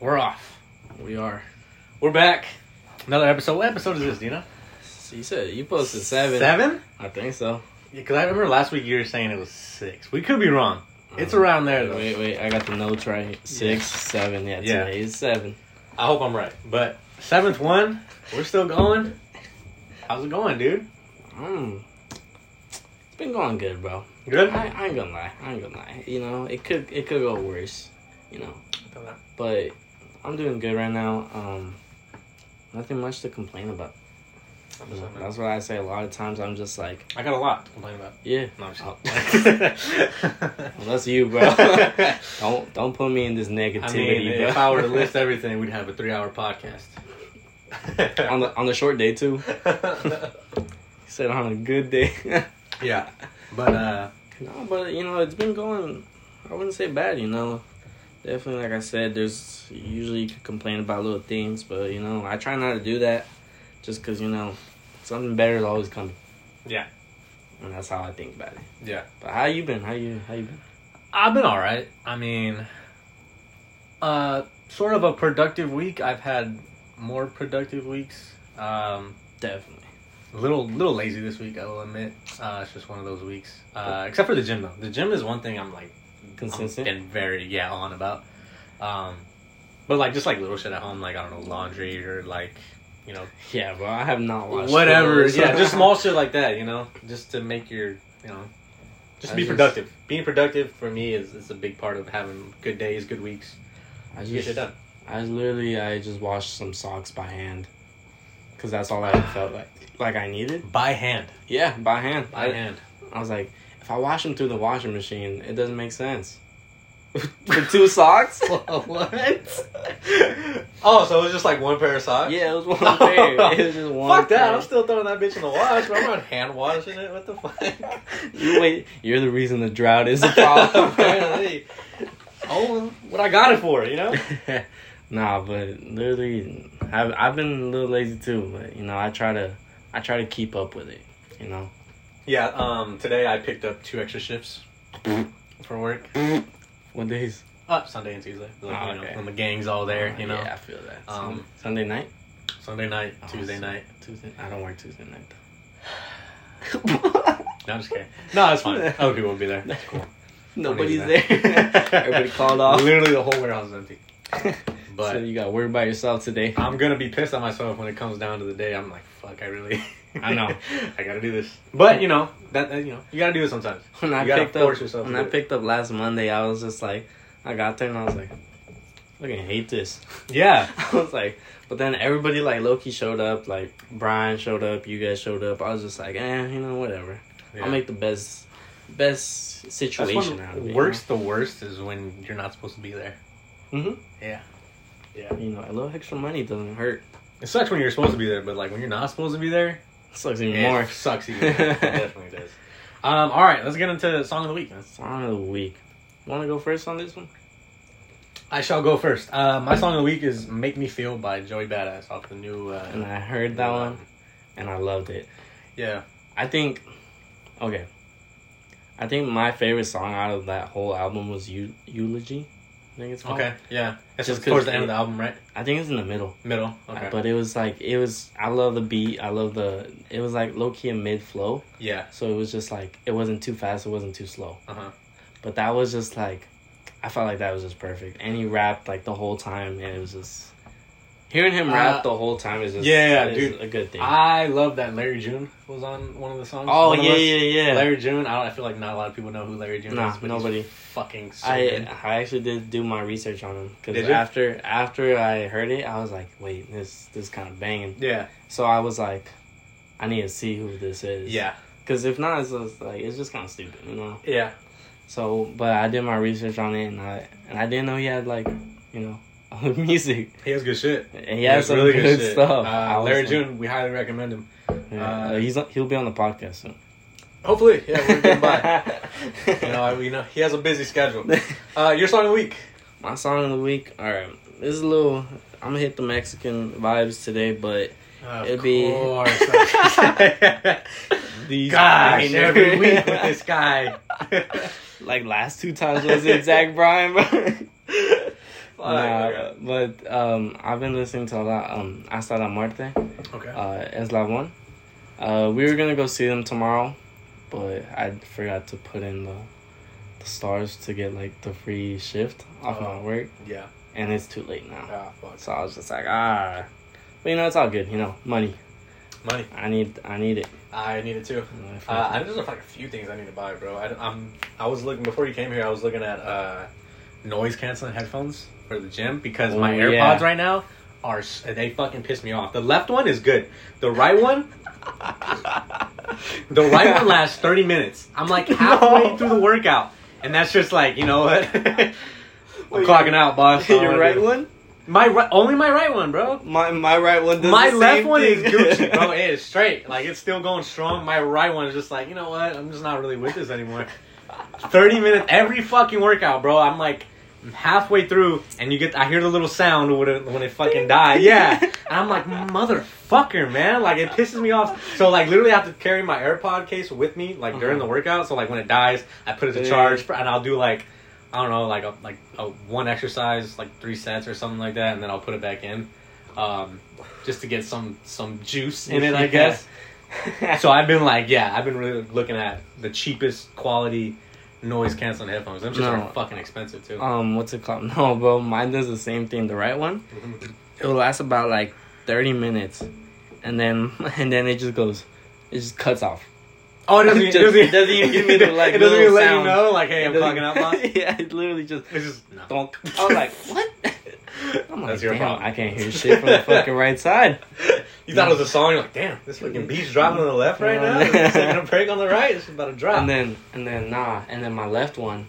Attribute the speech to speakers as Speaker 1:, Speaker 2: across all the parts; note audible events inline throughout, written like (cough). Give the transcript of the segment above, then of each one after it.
Speaker 1: We're off.
Speaker 2: We are.
Speaker 1: We're back. Another episode. What episode is this, Dina?
Speaker 2: You said you posted seven.
Speaker 1: Seven?
Speaker 2: I think so.
Speaker 1: Because I remember last week you were saying it was six. We could be wrong. It's around there, though.
Speaker 2: Um, Wait, wait. I got the notes right. here. Six, seven. Yeah,
Speaker 1: Yeah.
Speaker 2: today is seven.
Speaker 1: I hope I'm right. But seventh one, we're still going. How's it going, dude?
Speaker 2: Mm. It's been going good, bro. I,
Speaker 1: Good?
Speaker 2: I ain't gonna lie. I ain't gonna lie. You know, it could it could go worse. You know, but I'm doing good right now. Um, nothing much to complain about. You know, That's what I say. A lot of times I'm just like,
Speaker 1: I got a lot to complain about.
Speaker 2: yeah,
Speaker 1: No, I'm just
Speaker 2: Oh.
Speaker 1: (laughs) I
Speaker 2: well, that's you,
Speaker 1: (laughs)
Speaker 2: bro. don't don't put me in this negativity,
Speaker 1: mean,
Speaker 2: bro.
Speaker 1: if (laughs) I were to list everything, we'd have a three hour podcast.
Speaker 2: (laughs) on the on the short day too. He said on a good day.
Speaker 1: (laughs)
Speaker 2: (laughs)
Speaker 1: yeah. But, uh,
Speaker 2: no, but you know, it's been going I wouldn't say bad, you know. Definitely like I said, there's usually you could complain about little things, but you know, I try not to do that just cuz you know, something better is always coming.
Speaker 1: Yeah.
Speaker 2: And that's how I think about it.
Speaker 1: yeah.
Speaker 2: But how you been? How you how you been?
Speaker 1: I've been all right. I mean, uh, sort of a productive week. I've had more productive weeks. Um,
Speaker 2: Definitely.
Speaker 1: a little little lazy this week, I will admit. Uh, it's just one of those weeks. Uh, except for the gym though. The gym is one thing I'm like
Speaker 2: Consistent.
Speaker 1: and very yeah on about. Um, but like just like little shit at home, like I don't know laundry or like you know
Speaker 2: Yeah, bro. I have not watched
Speaker 1: whatever.
Speaker 2: those.
Speaker 1: Yeah, just small
Speaker 2: (laughs)
Speaker 1: shit like that. You know, just to make your you know. Just
Speaker 2: I
Speaker 1: be
Speaker 2: just-
Speaker 1: productive. Being productive for me is, is a big part of having good days, good weeks.
Speaker 2: I
Speaker 1: Get shit
Speaker 2: just
Speaker 1: done.
Speaker 2: I was literally I just washed some socks by hand cuz that's all I felt like like I needed.
Speaker 1: By hand.
Speaker 2: Yeah, by hand.
Speaker 1: By
Speaker 2: (laughs)
Speaker 1: hand.
Speaker 2: I was like, if I wash them through the washing machine, it doesn't make sense. (laughs) For two
Speaker 1: (laughs)
Speaker 2: socks?
Speaker 1: oh, so it was just like one pair of socks?
Speaker 2: Yeah, it
Speaker 1: (laughs)
Speaker 2: was one pair. It was just one.
Speaker 1: Fuck that.
Speaker 2: pair.
Speaker 1: I'm still throwing that bitch in the wash, bro. I'm not hand washing it. What the fuck?
Speaker 2: (laughs) You wait. You're the reason the drought is a
Speaker 1: (laughs)
Speaker 2: problem. (laughs)
Speaker 1: Apparently. Oh, what I got it for, you know?
Speaker 2: nah, but literally, I've I've been a little lazy too. But you know, I try to I try to keep up with it. You know.
Speaker 1: Yeah, um, today I picked up two extra
Speaker 2: (laughs)
Speaker 1: shifts for work.
Speaker 2: What days?
Speaker 1: Up Sunday and Tuesday. Like,
Speaker 2: Oh,
Speaker 1: you know,
Speaker 2: okay. Oh,
Speaker 1: when the gang's all there, you know?
Speaker 2: Yeah, I feel that.
Speaker 1: Um,
Speaker 2: Sunday night,
Speaker 1: Sunday night,
Speaker 2: Oh,
Speaker 1: Tuesday
Speaker 2: so-
Speaker 1: night.
Speaker 2: Tuesday. I don't work Tuesday night.
Speaker 1: (laughs)
Speaker 2: though. (laughs)
Speaker 1: No, I'm just kidding. No, it's fine. Other people will be there. It's cool.
Speaker 2: Nobody's
Speaker 1: Nobody's
Speaker 2: there.
Speaker 1: (laughs)
Speaker 2: (laughs) Everybody called off.
Speaker 1: Literally, the whole warehouse is empty. But
Speaker 2: so you got worried by yourself
Speaker 1: (laughs)
Speaker 2: today.
Speaker 1: I'm gonna be pissed at myself when it comes down to the day. I'm like, fuck, I really,
Speaker 2: I know.
Speaker 1: (laughs) I gotta do this. But you know, that that, you know, you gotta do it sometimes.
Speaker 2: When I
Speaker 1: You gotta
Speaker 2: picked
Speaker 1: force
Speaker 2: up
Speaker 1: yourself
Speaker 2: when
Speaker 1: to
Speaker 2: I
Speaker 1: do it.
Speaker 2: picked up last Monday, I was just like, I got there and I was like, fucking hate this. (laughs)
Speaker 1: (laughs) Yeah,
Speaker 2: I was like, but then everybody like Loki showed up, like Brian showed up, you guys showed up. I was just like, eh, you know, whatever. I'll make the best best
Speaker 1: That's
Speaker 2: situation out of
Speaker 1: when
Speaker 2: it.
Speaker 1: works the worst is when you're not supposed to be there.
Speaker 2: hmm
Speaker 1: Yeah, yeah.
Speaker 2: You know, a little extra money doesn't hurt.
Speaker 1: It sucks when you're supposed to be there, but like when you're not supposed to be there,
Speaker 2: sucks even more.
Speaker 1: it sucks (laughs) even. more. it definitely does. Um, all right, let's get into song of the week. Let's-
Speaker 2: Song of the week. Want to go first on this one?
Speaker 1: I shall go first. Uh, my song of the week is "Make Me Feel" by Joey Badass off the new.
Speaker 2: And
Speaker 1: Uh,
Speaker 2: I heard that one, and I loved it.
Speaker 1: yeah,
Speaker 2: I think, okay. I think my favorite song out of that whole album was Eu- Eulogy. I think it's called.
Speaker 1: okay, yeah. It's Oh.
Speaker 2: Just
Speaker 1: just towards
Speaker 2: 'cause
Speaker 1: the end of
Speaker 2: it-
Speaker 1: the album, right?
Speaker 2: I think it's in the middle.
Speaker 1: Middle. Okay.
Speaker 2: But it was like, it was, I love the beat. I love the, it was like low key and mid flow.
Speaker 1: yeah.
Speaker 2: So it was just like, it wasn't too fast, it wasn't too slow.
Speaker 1: Uh huh.
Speaker 2: But that was just like, I felt like that was just perfect. And he rapped like the whole time, and it was just, hearing him
Speaker 1: Uh,
Speaker 2: rap the whole time is just,
Speaker 1: yeah,
Speaker 2: is
Speaker 1: dude.
Speaker 2: a good thing.
Speaker 1: I love that Larry June was on one of the songs.
Speaker 2: oh,
Speaker 1: One of
Speaker 2: yeah,
Speaker 1: us.
Speaker 2: yeah, yeah.
Speaker 1: Larry June. I don't. I feel like not a lot of people know who Larry June
Speaker 2: Nah,
Speaker 1: is. But
Speaker 2: nobody.
Speaker 1: He's fucking. So
Speaker 2: I
Speaker 1: good.
Speaker 2: I actually did do my research on him because
Speaker 1: Did you?
Speaker 2: after after I heard it, I was like, wait, this this kind of banging.
Speaker 1: Yeah.
Speaker 2: So I was like, I need to see who this is.
Speaker 1: Yeah.
Speaker 2: Because if not, it's just like it's just kind of stupid, you know.
Speaker 1: Yeah.
Speaker 2: So, but I did my research on it, and I and I didn't know he had like, you know, (laughs) other music.
Speaker 1: He has good shit.
Speaker 2: And he has
Speaker 1: has
Speaker 2: some good,
Speaker 1: shit.
Speaker 2: stuff. I
Speaker 1: Uh,
Speaker 2: was
Speaker 1: Larry
Speaker 2: like,
Speaker 1: June. We highly recommend him.
Speaker 2: yeah,
Speaker 1: uh,
Speaker 2: he's he'll be on the podcast soon.
Speaker 1: Hopefully, yeah, we're getting
Speaker 2: (laughs)
Speaker 1: by. you know, I, we know he has a busy schedule. Uh, your song of the week.
Speaker 2: My song of the week. All right, this is a little. I'm gonna hit the Mexican vibes today, but
Speaker 1: Of
Speaker 2: It'd be-
Speaker 1: course.
Speaker 2: (laughs)
Speaker 1: (laughs)
Speaker 2: these
Speaker 1: Gosh, every
Speaker 2: every
Speaker 1: week with
Speaker 2: (laughs)
Speaker 1: this guy. (laughs)
Speaker 2: (laughs) like last two times was it Zach Bryan, bro? Nah, but um, I've been listening to a lot. Um, Hasta la Muerte,
Speaker 1: Okay.
Speaker 2: uh, Eslabon. Uh, we were gonna go see them tomorrow, but I forgot to put in the, the stars to get like the free shift off
Speaker 3: Oh.
Speaker 2: my work,
Speaker 3: yeah.
Speaker 2: and it's too late now.
Speaker 3: Ah, fuck.
Speaker 2: So I was just like, ah, but you know, it's all good. You know, money.
Speaker 3: Money.
Speaker 2: I need, I need it.
Speaker 1: Ah,
Speaker 3: I need it too. Uh, I, there's like a few things I need to buy, bro. I, am I was looking before you came here. I was looking at uh,
Speaker 1: Noise canceling headphones for the gym because
Speaker 2: Oh,
Speaker 1: my
Speaker 2: yeah.
Speaker 1: AirPods right now are s- they fucking piss me off. The left one is good. The right one, Ah. (laughs) the right
Speaker 2: (laughs)
Speaker 1: one lasts thirty minutes. I'm like halfway
Speaker 2: No.
Speaker 1: through the workout, and that's just like you know what. (laughs) I'm
Speaker 2: Wait,
Speaker 1: clocking out, boss. I don't
Speaker 2: (laughs) Your
Speaker 1: wanna
Speaker 2: right
Speaker 1: do it.
Speaker 2: one?
Speaker 1: My right, only my right one, bro.
Speaker 2: My my right one. Does
Speaker 1: my
Speaker 2: the
Speaker 1: left
Speaker 2: same
Speaker 1: one is
Speaker 2: thing.
Speaker 1: Gucci,
Speaker 2: (laughs)
Speaker 1: bro. It is straight. Like it's still going strong. My right one is just like, you know what? I'm just not really with this anymore. Thirty minutes every fucking workout, bro. I'm like halfway through, and you get I hear the little sound when it, when it fucking dies. Yeah, and I'm like, motherfucker, man. Like it pisses me off. So like literally, I have to carry my AirPod case with me
Speaker 2: Uh-huh.
Speaker 1: like during the workout. So like when it dies, I put it to
Speaker 2: Yeah.
Speaker 1: charge, and I'll do like. I don't know, like a, like a one exercise, like three sets or something like that, and then I'll put it back in. Um, just to get some some juice (laughs) in it, I
Speaker 2: Yeah.
Speaker 1: guess.
Speaker 2: (laughs)
Speaker 1: So I've been like, yeah, I've been really looking at the cheapest quality noise canceling headphones. Them just
Speaker 2: No.
Speaker 1: are fucking expensive too.
Speaker 2: um, what's it called? (laughs) No, bro. Mine does the same thing. The right one, it'll last about like thirty minutes, and then (laughs) and then it just goes, it just cuts off.
Speaker 1: oh, it (laughs) doesn't,
Speaker 2: Just- it doesn't even give
Speaker 1: (laughs)
Speaker 2: me the, like,
Speaker 1: it doesn't even
Speaker 2: little
Speaker 1: let you
Speaker 2: sound.
Speaker 1: know, like, hey, I'm
Speaker 2: It
Speaker 1: clogging
Speaker 2: doesn't-
Speaker 1: out. (laughs) boss.
Speaker 2: (laughs) yeah, it literally just
Speaker 1: It's just no. (laughs)
Speaker 2: donk. I was like, what? I'm like,
Speaker 1: That's your
Speaker 2: damn,
Speaker 1: problem.
Speaker 2: I can't hear shit from the fucking right side.
Speaker 1: (laughs) You thought it was a song. You're like, damn, this fucking beat's dropping on the left right now. It's
Speaker 2: (laughs)
Speaker 1: taking a break on the right. It's about to drop.
Speaker 2: And then and then nah, and then my left one,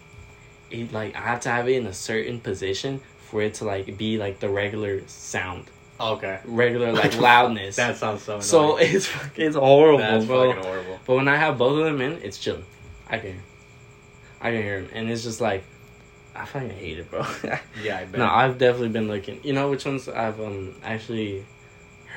Speaker 2: it like I have to have it in a certain position for it to like be like the regular sound,
Speaker 1: okay,
Speaker 2: regular
Speaker 1: (laughs)
Speaker 2: like loudness.
Speaker 1: that sounds so. Annoying.
Speaker 2: so (laughs) it's it's horrible,
Speaker 1: that's
Speaker 2: bro.
Speaker 1: fucking horrible.
Speaker 2: But when I have both of them in, it's chill. I can, I can hear them, and it's just like, I fucking hate it, bro. (laughs)
Speaker 1: Yeah, I bet.
Speaker 2: no, I've definitely been looking. You know which ones I've um actually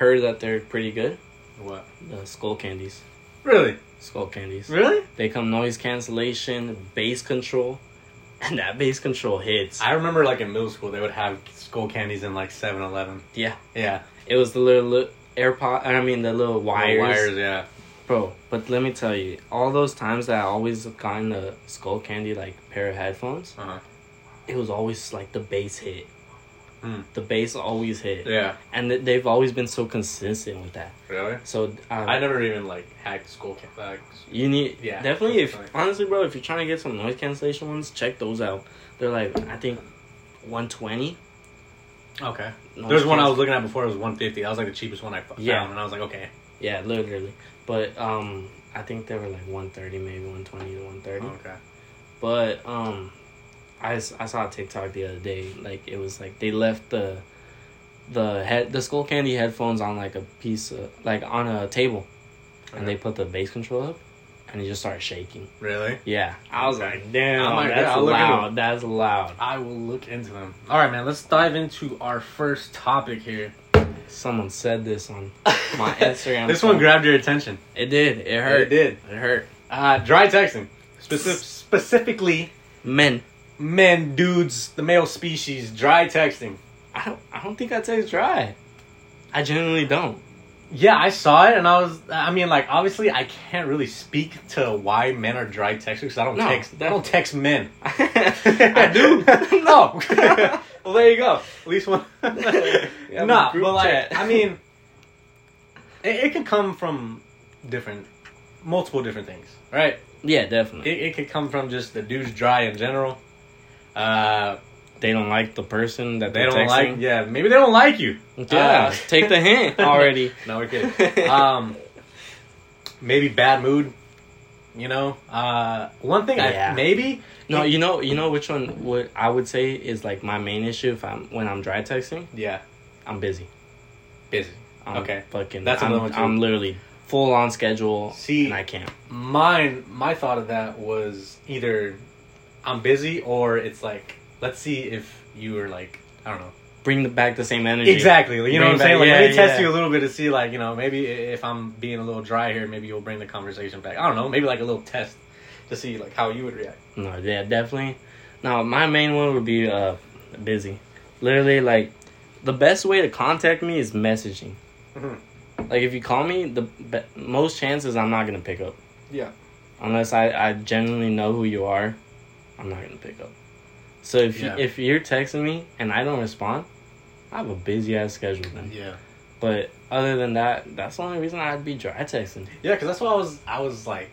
Speaker 2: heard that they're pretty good.
Speaker 1: what?
Speaker 2: The skull candies,
Speaker 1: Really?
Speaker 2: skull candies.
Speaker 1: Really?
Speaker 2: They come noise cancellation, bass control, (laughs) and that bass control hits.
Speaker 1: I remember like in middle school they would have skull candies in like 7-Eleven.
Speaker 2: Yeah.
Speaker 1: Yeah.
Speaker 2: It was the little, little AirPod. I mean the little wires,
Speaker 1: Little wires, yeah.
Speaker 2: bro. But let me tell you, all those times that I always have gotten a skull candy like pair of headphones,
Speaker 1: Uh-huh.
Speaker 2: it was always like the bass hit.
Speaker 1: Mm.
Speaker 2: The bass always hit,
Speaker 1: Yeah.
Speaker 2: and th- they've always been so consistent with that.
Speaker 1: Really?
Speaker 2: So um,
Speaker 1: I never even like hacked skull candies. Like,
Speaker 2: You need
Speaker 1: Yeah,
Speaker 2: definitely if
Speaker 1: definitely.
Speaker 2: honestly, bro, if you're trying to get some noise cancellation ones, check those out. They're like I think 120.
Speaker 1: okay.
Speaker 2: noise
Speaker 1: There's one I
Speaker 2: canc-
Speaker 1: was looking at before. It was 150. That was like the cheapest one I f-
Speaker 2: Yeah.
Speaker 1: found, and I was like, okay.
Speaker 2: Yeah, literally. But um, I think they were like 130, maybe 120 to 130.
Speaker 1: Okay.
Speaker 2: But um, I, s- I saw a TikTok the other day. Like it was like they left the the head the skull candy headphones on like a piece of like on a table, and they
Speaker 1: Okay.
Speaker 2: put the bass control up, and it just started shaking.
Speaker 1: Really?
Speaker 2: Yeah, I was
Speaker 1: Okay.
Speaker 2: like, damn,
Speaker 1: I might-
Speaker 2: that's
Speaker 1: I'll look into
Speaker 2: loud. That's loud.
Speaker 1: I will look into them. All right, man. Let's dive into our first topic here.
Speaker 2: Someone said this on (laughs) my Instagram.
Speaker 1: this one grabbed your attention.
Speaker 2: It did. It hurt.
Speaker 1: It did.
Speaker 2: It hurt.
Speaker 1: Uh, dry texting, Specif- specifically
Speaker 2: Men.
Speaker 1: men, dudes, the male species. Dry texting.
Speaker 2: I don't. I don't think I text dry. I genuinely don't.
Speaker 1: Yeah, I saw it, and I was. I mean, like, obviously, I can't really speak to why men are dry texting because I don't
Speaker 2: No,
Speaker 1: text. I
Speaker 2: that-
Speaker 1: don't text men.
Speaker 2: (laughs) I
Speaker 1: (laughs)
Speaker 2: do. (laughs)
Speaker 1: no. well, there you go. At least one.
Speaker 2: have
Speaker 1: nah,
Speaker 2: a group
Speaker 1: but like,
Speaker 2: chat.
Speaker 1: I mean, it, it can come from different, multiple different things, right?
Speaker 2: (laughs) Yeah, definitely.
Speaker 1: It, it could come from just the dude's dry in general. Uh,
Speaker 2: they don't like the person that
Speaker 1: they
Speaker 2: they're
Speaker 1: don't like.
Speaker 2: texting.
Speaker 1: Yeah, maybe they don't like you.
Speaker 2: Yeah,
Speaker 1: Uh,
Speaker 2: take the hint (laughs) already.
Speaker 1: No, we're kidding. um, maybe bad mood. You know, uh, one thing I
Speaker 2: Yeah.
Speaker 1: maybe
Speaker 2: no, you know, you know which one would I would say is like my main issue if I'm when I'm dry texting.
Speaker 1: yeah
Speaker 2: I'm busy.
Speaker 1: busy.
Speaker 2: I'm
Speaker 1: Okay.
Speaker 2: fucking.
Speaker 1: That's
Speaker 2: That's I'm,
Speaker 1: another one, too.
Speaker 2: I'm literally full on schedule.
Speaker 1: See-
Speaker 2: and I can't.
Speaker 1: Mine, my thought of that was either I'm busy or it's like let's see if you were like I don't know
Speaker 2: Bring the, back the same energy.
Speaker 1: exactly. You know what I'm
Speaker 2: Bring back-
Speaker 1: saying? Like, let
Speaker 2: yeah,
Speaker 1: me test
Speaker 2: yeah.
Speaker 1: you a little bit to see like you know maybe i- if I'm being a little dry here, maybe you'll bring the conversation back. I don't know, maybe like a little test to see like how you would react.
Speaker 2: No, yeah, definitely. No, my main one would be uh busy. Literally, like, the best way to contact me is messaging.
Speaker 1: Mhm.
Speaker 2: Like, if you call me, the be- most chances I'm not gonna pick up.
Speaker 1: Yeah.
Speaker 2: Unless I, I genuinely know who you are, I'm not gonna pick up. So if
Speaker 1: Yeah.
Speaker 2: you, if you're texting me and I don't respond, I have a busy ass schedule then.
Speaker 1: Yeah.
Speaker 2: But other than that, that's the only reason I'd be dry texting.
Speaker 1: Yeah, because that's why I was. I was like,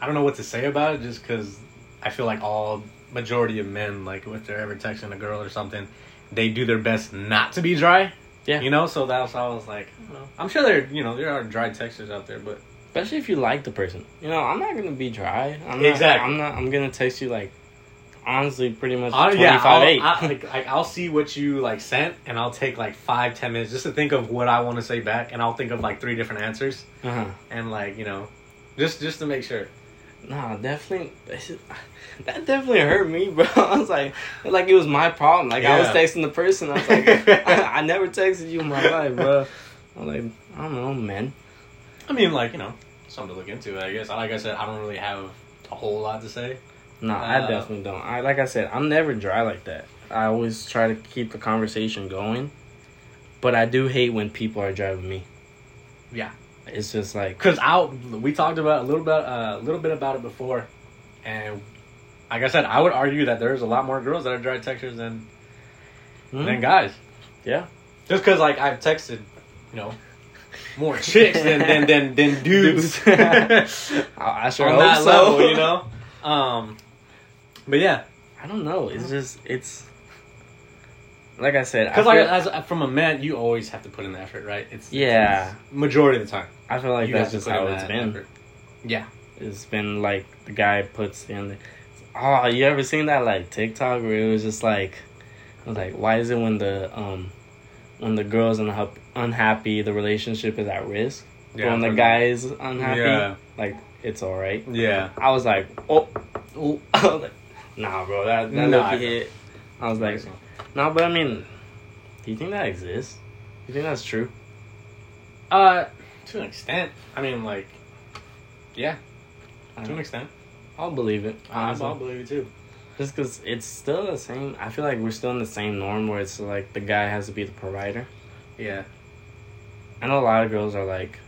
Speaker 1: I don't know what to say about it, just because I feel like all majority of men, like if they're ever texting a girl or something, they do their best not to be dry.
Speaker 2: Yeah.
Speaker 1: You know, so that's why I was like, I don't know. I'm sure there, you know, there are dry textures out there, but
Speaker 2: Especially if you like the person. You know, I'm not gonna be dry. I'm not,
Speaker 1: Exactly.
Speaker 2: I'm not. I'm gonna text you like, honestly, pretty much
Speaker 1: I'll,
Speaker 2: twenty
Speaker 1: Uh, yeah,
Speaker 2: five
Speaker 1: I'll,
Speaker 2: eight.
Speaker 1: I, like, like, I'll see what you like sent, and I'll take like five, ten minutes just to think of what I want to say back, and I'll think of like three different answers,
Speaker 2: uh-huh.
Speaker 1: and like you know, just just to make sure.
Speaker 2: Nah, definitely. (laughs) That definitely hurt me, (laughs) bro. I was like, like it was my problem. Like I was
Speaker 1: Yeah.
Speaker 2: texting the person. I
Speaker 1: (laughs)
Speaker 2: was like, (laughs) I, I never texted you in my life, bro. I'm like, I don't know, man.
Speaker 1: I mean, like you know, something to look into. I guess. Like I said, I don't really have a whole lot to say.
Speaker 2: Nah, I
Speaker 1: Uh.
Speaker 2: definitely don't. I like I said, I'm never dry like that. I always try to keep the conversation going, but I do hate when people are driving me.
Speaker 1: Yeah.
Speaker 2: it's just like.
Speaker 1: Cause I we talked about a little bit uh, a little bit about it before, and like I said, I would argue that there's a lot more girls that are dry textures than
Speaker 2: hmm?
Speaker 1: than guys.
Speaker 2: Yeah.
Speaker 1: Just cause like I've texted, you know, more chicks than than than, than (laughs) dudes
Speaker 2: Dudes. I, I sure
Speaker 1: on
Speaker 2: hope
Speaker 1: that
Speaker 2: so.
Speaker 1: level,
Speaker 2: (laughs)
Speaker 1: you know. Um, but yeah,
Speaker 2: I don't know. It's just it's like I said. I
Speaker 1: cause
Speaker 2: feel,
Speaker 1: like as from a man, you always have to put in the effort, right? It's it's-
Speaker 2: Yeah.
Speaker 1: it's majority of the time.
Speaker 2: I feel like
Speaker 1: you
Speaker 2: that's
Speaker 1: have to
Speaker 2: just
Speaker 1: put
Speaker 2: how
Speaker 1: in
Speaker 2: it's
Speaker 1: that
Speaker 2: been.
Speaker 1: effort. Yeah.
Speaker 2: It's been like the guy puts in. The, oh, you ever seen that like TikTok where it was just like, it was like why is it when the um, when the girl's unha- unhappy, the relationship is at risk. but when the
Speaker 1: for-
Speaker 2: guy is unhappy,
Speaker 1: Yeah.
Speaker 2: like it's all right.
Speaker 1: Yeah.
Speaker 2: I was like, oh, (laughs) oh. I was like, nah, bro, that that
Speaker 1: Nah.
Speaker 2: nah. hit. I was like, no, but I mean, do you think that exists? You think that's true?
Speaker 1: Uh, to an extent. I mean, like, yeah, to
Speaker 2: I
Speaker 1: an
Speaker 2: don't-
Speaker 1: extent.
Speaker 2: I'll believe it.
Speaker 1: I,
Speaker 2: honestly.
Speaker 1: I'll believe it too.
Speaker 2: Just because it's still the same. I feel like we're still in the same norm where it's like the guy has to be the provider.
Speaker 1: Yeah.
Speaker 2: I know a lot of girls are like,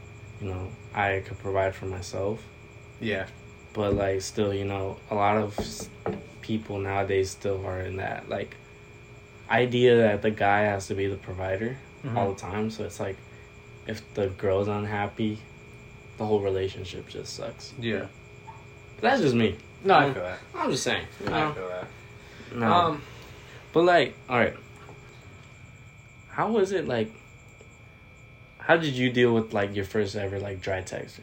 Speaker 2: you know, I could provide for myself,
Speaker 1: Yeah.
Speaker 2: but like still, you know, a lot of s- people nowadays still are in that like idea that the guy has to be the provider
Speaker 1: Mm-hmm.
Speaker 2: all the time. So it's like, if the girl's unhappy, the whole relationship just sucks.
Speaker 1: Yeah.
Speaker 2: But that's just me.
Speaker 1: No, I feel that.
Speaker 2: I'm just saying. You
Speaker 1: I
Speaker 2: know?
Speaker 1: feel that.
Speaker 2: No.
Speaker 1: Um,
Speaker 2: But like, all right, how was it like? How did you deal with like your first ever like dry texter?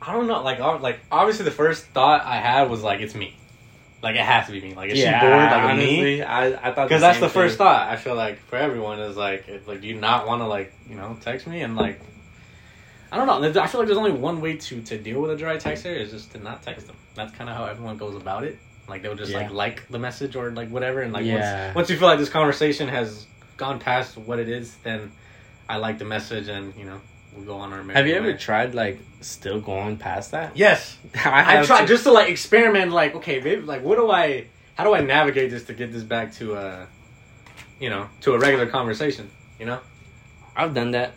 Speaker 1: I don't know. Like, ob- like obviously, the first thought I had was like, it's me. Like, it has to be me. Like, is she bored? Like, with me?
Speaker 2: honestly, I I thought
Speaker 1: because that's the
Speaker 2: same
Speaker 1: first
Speaker 2: thing.
Speaker 1: thought I feel like for everyone is like if, like do you not want to like you know text me and like I don't know I feel like there's only one way to to deal with a dry texter is just to not text them that's kind of how everyone goes about it like they'll just
Speaker 2: Yeah.
Speaker 1: like like the message or like whatever and like
Speaker 2: Yeah.
Speaker 1: once, once you feel like this conversation has gone past what it is then I like the message and you know we go on our merry
Speaker 2: Have you
Speaker 1: way.
Speaker 2: ever tried like still going past that?
Speaker 1: yes (laughs) I,
Speaker 2: have
Speaker 1: tried
Speaker 2: to-
Speaker 1: just to like experiment. Like, okay, maybe like, what do I? How do I navigate this to get this back to uh, you know, to a regular conversation? You know?
Speaker 2: I've done that,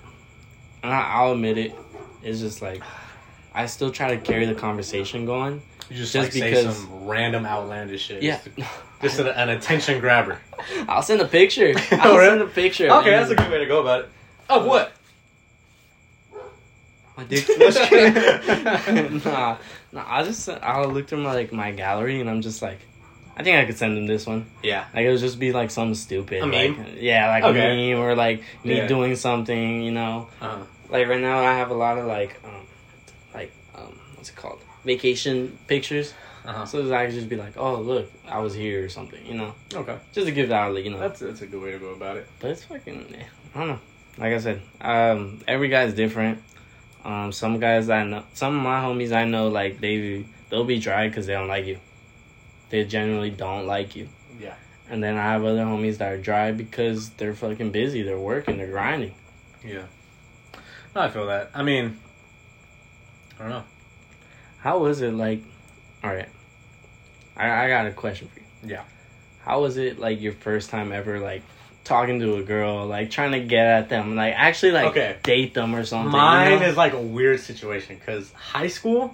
Speaker 2: and I, I'll admit it. It's just like I still try to carry the conversation going.
Speaker 1: You just, like
Speaker 2: Just
Speaker 1: say
Speaker 2: because-
Speaker 1: some random outlandish shit.
Speaker 2: Yeah,
Speaker 1: Just, just an, an attention grabber.
Speaker 2: (laughs) I'll send a
Speaker 1: (laughs)
Speaker 2: picture.
Speaker 1: Oh,
Speaker 2: I'll
Speaker 1: really?
Speaker 2: send a picture.
Speaker 1: Okay, that's a good way to go about it. Of what? (laughs)
Speaker 2: My dick. Just kidding. nah, nah. I just I'll look through my like my gallery and I'm just like, I think I could send them this one.
Speaker 1: Yeah.
Speaker 2: Like it would just be like something stupid.
Speaker 1: A
Speaker 2: like-
Speaker 1: meme?
Speaker 2: yeah, like
Speaker 1: Okay.
Speaker 2: a meme or like me
Speaker 1: Yeah.
Speaker 2: doing something. You know,
Speaker 1: Uh,
Speaker 2: like right now I have a lot of like, um, like um, what's it called? Vacation pictures.
Speaker 1: uh-huh.
Speaker 2: So I could just be like, oh look, I was here or something. You know,
Speaker 1: Okay,
Speaker 2: just to give that like you know.
Speaker 1: that's that's a good way to go about it.
Speaker 2: But it's fucking. I don't know. Like I said, um, every guy's different. Um, some guys I know, some of my homies I know, like they they'll be dry because they don't like you. They generally don't like you.
Speaker 1: Yeah.
Speaker 2: And then I have other homies that are dry because they're fucking busy. They're working. They're grinding.
Speaker 1: Yeah. No, I feel that. I mean, I don't know.
Speaker 2: How was it like? All right. I I got a question for you.
Speaker 1: Yeah.
Speaker 2: how was it like your first time ever like talking to a girl, like trying to get at them, like actually like
Speaker 3: Okay.
Speaker 2: date them or something?
Speaker 1: Mine
Speaker 2: you know?
Speaker 1: is like a weird situation because high school,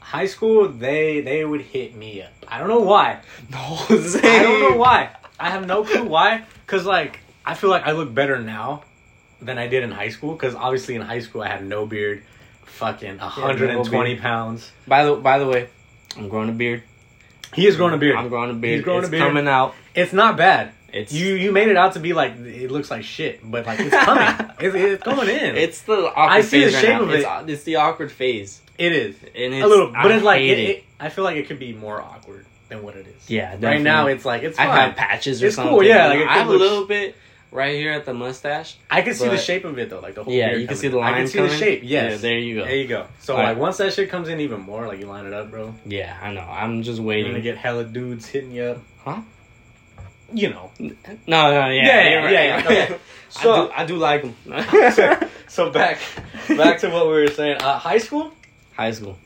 Speaker 1: high school, they they would hit me up. I don't know why.
Speaker 2: (laughs) the same.
Speaker 1: I don't know why. I have no clue why. Cause like I feel like I look better now than I did in high school. Cause obviously in high school I had no beard, fucking hundred and twenty pounds.
Speaker 2: By the by the way, I'm growing a beard.
Speaker 1: He is growing a beard.
Speaker 2: I'm growing a beard.
Speaker 1: He's growing
Speaker 2: it's
Speaker 1: a beard.
Speaker 2: coming out.
Speaker 1: It's not bad.
Speaker 2: It's (laughs)
Speaker 1: You you made it out to be like it looks like shit, but like (laughs) it's
Speaker 2: (laughs)
Speaker 1: coming. it's, it's going in.
Speaker 2: It's the awkward
Speaker 1: I see
Speaker 2: phase
Speaker 1: the
Speaker 2: right
Speaker 1: shape
Speaker 2: now.
Speaker 1: of
Speaker 2: It's, aw- it's the awkward phase.
Speaker 1: it is
Speaker 2: And it's,
Speaker 1: a little, but
Speaker 2: I
Speaker 1: it's like
Speaker 2: hate
Speaker 1: it, it- I feel like it could be more awkward than what it is.
Speaker 2: Yeah,
Speaker 1: Right now
Speaker 2: definitely.
Speaker 1: it's like it's
Speaker 2: I
Speaker 1: fine.
Speaker 2: have patches or
Speaker 1: It's cool,
Speaker 2: something.
Speaker 1: yeah, like,
Speaker 2: you know.
Speaker 1: it
Speaker 2: I have a
Speaker 1: looks-
Speaker 2: little bit right here at the mustache.
Speaker 1: I can see the
Speaker 2: but-
Speaker 1: shape of Oh, it though, like the whole.
Speaker 2: Yeah,
Speaker 1: beard
Speaker 2: you can
Speaker 1: coming.
Speaker 2: see the line.
Speaker 1: I can see the
Speaker 2: coming.
Speaker 1: shape. Yes.
Speaker 2: Yeah, there you go.
Speaker 1: There you go. So
Speaker 2: Alright.
Speaker 1: like once that shit comes in even more, like you line it up, bro.
Speaker 2: Yeah, I know. I'm just
Speaker 1: You're gonna
Speaker 2: waiting.
Speaker 1: get hella dudes hitting you up.
Speaker 2: Huh?
Speaker 1: You know.
Speaker 2: No, no, yeah,
Speaker 1: Yeah,
Speaker 2: you're
Speaker 1: yeah,
Speaker 2: right, you're
Speaker 1: yeah,
Speaker 2: right.
Speaker 1: okay.
Speaker 2: (laughs) I,
Speaker 1: So
Speaker 2: do, I do like
Speaker 1: (laughs)
Speaker 2: (laughs) them.
Speaker 1: so back back (laughs) to what we were saying. Uh, high school.
Speaker 2: high school.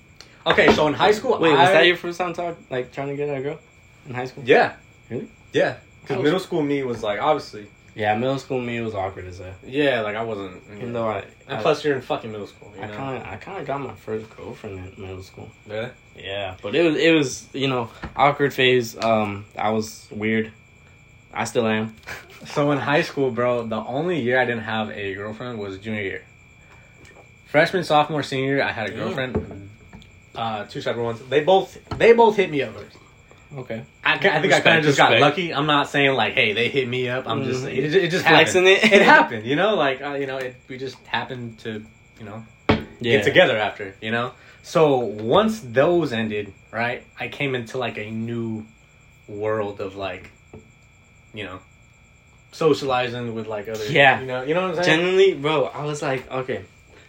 Speaker 1: Okay, so in high school,
Speaker 2: Wait, was
Speaker 1: I-
Speaker 2: that your first time talk like trying to get a girl in high school?
Speaker 1: Yeah.
Speaker 2: Really?
Speaker 1: Yeah.
Speaker 2: That
Speaker 1: Because
Speaker 2: was-
Speaker 1: middle school me was like obviously.
Speaker 2: Yeah, middle school me was awkward as hell.
Speaker 1: Yeah, like I wasn't. you
Speaker 2: Even
Speaker 1: know.
Speaker 2: though I,
Speaker 1: And
Speaker 2: I
Speaker 1: plus, you're in fucking middle school. You
Speaker 2: I
Speaker 1: know?
Speaker 2: kind of I kind of got my first girlfriend in middle school.
Speaker 1: Really?
Speaker 2: Yeah, but it was it was you know awkward phase. Um, I was weird. I still am.
Speaker 1: So in high school, bro, the only year I didn't have a girlfriend was junior year. Freshman, sophomore, senior, year, I had a
Speaker 2: Yeah.
Speaker 1: girlfriend. Uh, two separate ones. They both they both hit me up.
Speaker 2: Okay,
Speaker 1: I, ca- I think
Speaker 2: Respect,
Speaker 1: I kind of just got
Speaker 2: respect.
Speaker 1: lucky. I'm not saying like, hey, they hit me up. I'm just
Speaker 2: Mhm.
Speaker 1: it, ju- it just
Speaker 2: flexing
Speaker 1: happened.
Speaker 2: it.
Speaker 1: It happened, you know. Like uh, you know, it, we just happened to you know
Speaker 2: (laughs) Yeah.
Speaker 1: get together after, you know? So once those ended, right, I came into like a new world of like, you know, socializing with like other,
Speaker 2: Yeah.
Speaker 1: you know, you know what I'm saying?
Speaker 2: Genuinely, bro, I was like, okay.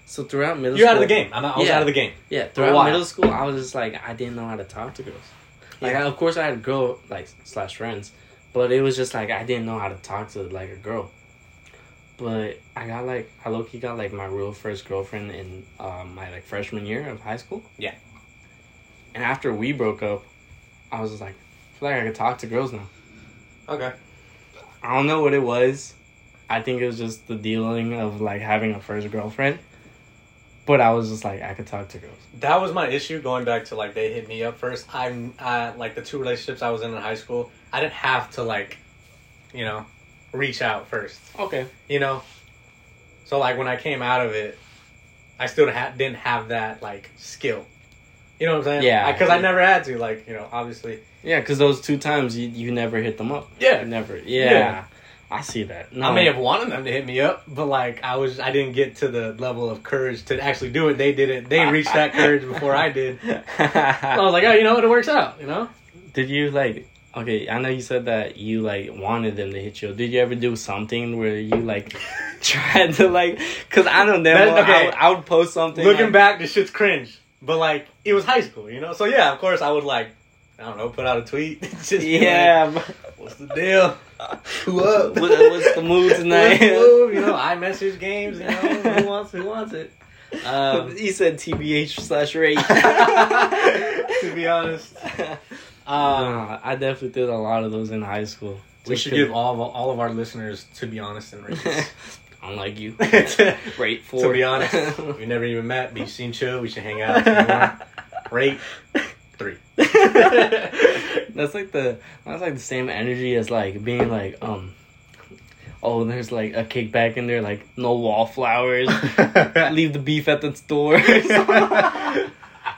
Speaker 2: So throughout middle
Speaker 1: You're
Speaker 2: school,
Speaker 1: out of the game. I'm out, I was
Speaker 2: Yeah.
Speaker 1: out of the game.
Speaker 2: Yeah, throughout
Speaker 1: while.
Speaker 2: middle school, I was just like, I didn't know how to talk to girls. Like,
Speaker 1: Yeah.
Speaker 2: I, of course, I had girl like slash friends, but it was just like I didn't know how to talk to like a girl. But I got like I low key got like my real first girlfriend in um, my like freshman year of high school.
Speaker 1: Yeah.
Speaker 2: And after we broke up, I was just like, I feel like I could talk to girls now.
Speaker 1: Okay.
Speaker 2: I don't know what it was. I think it was just the dealing of like having a first girlfriend. But I was just like, I could talk to girls.
Speaker 1: That was my issue going back to like, they hit me up first. I'm, uh, like, the two relationships I was in in high school, I didn't have to like, you know, reach out first.
Speaker 2: Okay.
Speaker 1: you know so like when i came out of it i still ha- didn't have that like skill you know what i'm saying
Speaker 2: Yeah.
Speaker 1: because I, never had to like you know obviously
Speaker 2: Yeah, because those two times you, you never hit them up.
Speaker 1: Yeah.
Speaker 2: You never. Yeah.
Speaker 1: Yeah.
Speaker 2: I see that. No.
Speaker 1: i may have wanted them to hit me up but like i was i didn't get to the level of courage to actually do it they did it they reached that courage before i did (laughs) i (laughs) was like oh you know what it works out you (laughs) know
Speaker 2: Did you like? Okay, I know you said that you like wanted them to hit you. Did you ever do something where you like (laughs) tried to like? Because I don't know.
Speaker 1: That's-
Speaker 2: I,
Speaker 1: okay.
Speaker 2: would, I would post something.
Speaker 1: looking
Speaker 2: like-
Speaker 1: back this shit's cringe but like it was high school you know so yeah of course i would like i don't know put out a tweet (laughs) just be like,
Speaker 2: Yeah. but-
Speaker 1: what's the deal (laughs) who up
Speaker 2: What- what's the mood tonight?
Speaker 1: What's the move? You know, I message games. You know,
Speaker 2: (laughs)
Speaker 1: who wants who wants it? Um,
Speaker 2: he said TBH
Speaker 1: (laughs)
Speaker 2: slash rate. (laughs)
Speaker 1: to be honest, um,
Speaker 2: Nah, I definitely did a lot of those in high school.
Speaker 1: we
Speaker 2: Just
Speaker 1: should
Speaker 2: 'cause-
Speaker 1: give all of, all of our listeners to be honest and racist.
Speaker 2: (laughs)
Speaker 1: (laughs)
Speaker 2: Unlike you. (laughs)
Speaker 1: to,
Speaker 2: Rate for.
Speaker 1: to be honest,
Speaker 2: (laughs)
Speaker 1: we never even met. But you've seen chill. We should hang out. if you want.
Speaker 2: (laughs)
Speaker 1: (laughs) Rate three.
Speaker 2: that's like the that's like the same energy as like being like um oh there's like a kickback in there like no
Speaker 1: (laughs)
Speaker 2: wallflowers leave the beef at the store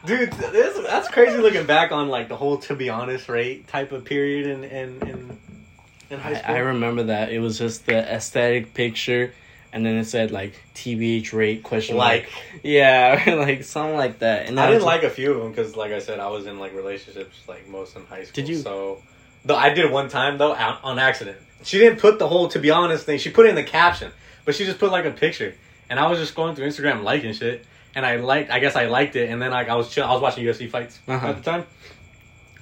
Speaker 1: Dude, this, that's crazy looking back on like the whole to be honest rate type of period in in in, in high
Speaker 2: I,
Speaker 1: school.
Speaker 2: I remember that it was just the aesthetic picture and then it said like tbh rate question
Speaker 1: like
Speaker 2: mark yeah (laughs) or like something like that and
Speaker 1: I
Speaker 2: that
Speaker 1: didn't
Speaker 2: was-
Speaker 1: like a few of them because, like I said, I was in like relationships like most in high school.
Speaker 2: Did you-
Speaker 1: So, though I did one time though out on accident. She didn't put the whole to be honest thing. She put it in the caption, but she just put like a picture. And I was just going through Instagram liking shit, and I liked. I guess I liked it. And then like I was chill. I was watching UFC fights
Speaker 2: Uh-huh.
Speaker 1: at the time,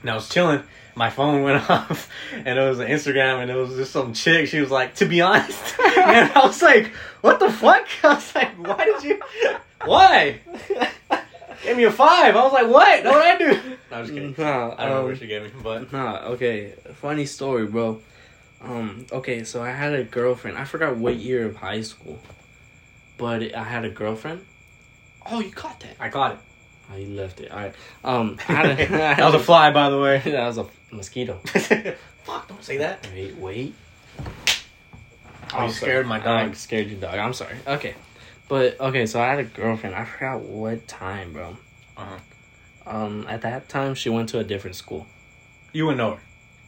Speaker 1: and I was chilling. My phone went (laughs) off, and it was an Instagram, and it was just some chick. She was like, "To be honest," (laughs) and I (laughs)
Speaker 2: (laughs)
Speaker 1: was like, "What the fuck?" I was like, "Why did you? Why?" Give me a five. I was like, what? What I do?
Speaker 3: No, I'm just kidding.
Speaker 2: Nah,
Speaker 3: I don't know
Speaker 2: um,
Speaker 3: where she gave me, but
Speaker 2: Nah, okay. Funny story, bro. Um, okay, so I had a girlfriend. I forgot what year of high school, but I had a girlfriend. Oh, you caught that?
Speaker 1: I caught it.
Speaker 2: Oh, you left it. All right. Um, I
Speaker 3: (laughs)
Speaker 2: had a, (laughs) I
Speaker 1: (laughs) That was a fly, by the way.
Speaker 2: that was a mosquito.
Speaker 3: fuck, don't say that.
Speaker 2: Wait, wait.
Speaker 3: Oh, you
Speaker 2: sorry.
Speaker 3: scared my
Speaker 2: I
Speaker 3: dog.
Speaker 2: scared your dog. I'm sorry. Okay, but okay. So I had a girlfriend. I forgot what time, bro.
Speaker 3: Uh-huh.
Speaker 2: Um, at that time, she went to a different school.
Speaker 1: You
Speaker 3: (laughs)
Speaker 1: wouldn't know her.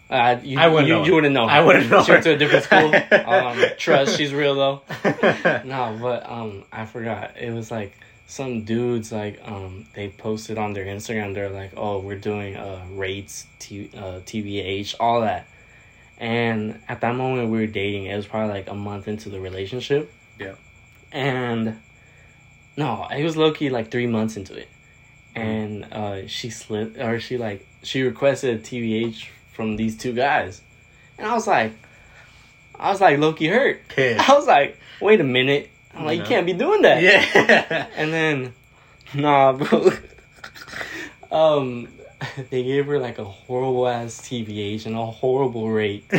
Speaker 2: Uh, you,
Speaker 1: I wouldn't
Speaker 2: you,
Speaker 1: know her.
Speaker 2: You wouldn't know.
Speaker 1: I wouldn't know
Speaker 2: She went
Speaker 1: her.
Speaker 2: to a different
Speaker 1: (laughs)
Speaker 2: school. um, trust, she's real though. (laughs) No, but um, I forgot. It was like some dudes like um, they posted on their Instagram. They're like, "Oh, we're doing uh rates, t- uh, TBH, all that." And at that moment, we were dating. It was probably like a month into the relationship.
Speaker 3: Yeah.
Speaker 2: And no, it was low key like three months into it, and uh, she slid or she like she requested a TBH from these two guys, and I was like, I was like low key hurt.
Speaker 1: Pissed.
Speaker 2: (laughs) I was like, wait a minute. I'm like, you
Speaker 1: No.
Speaker 2: can't be doing that.
Speaker 3: (laughs)
Speaker 1: Yeah.
Speaker 2: And then, nah, bro. (laughs) um, (laughs) they gave her like a horrible ass TBH and a horrible rate.
Speaker 1: no.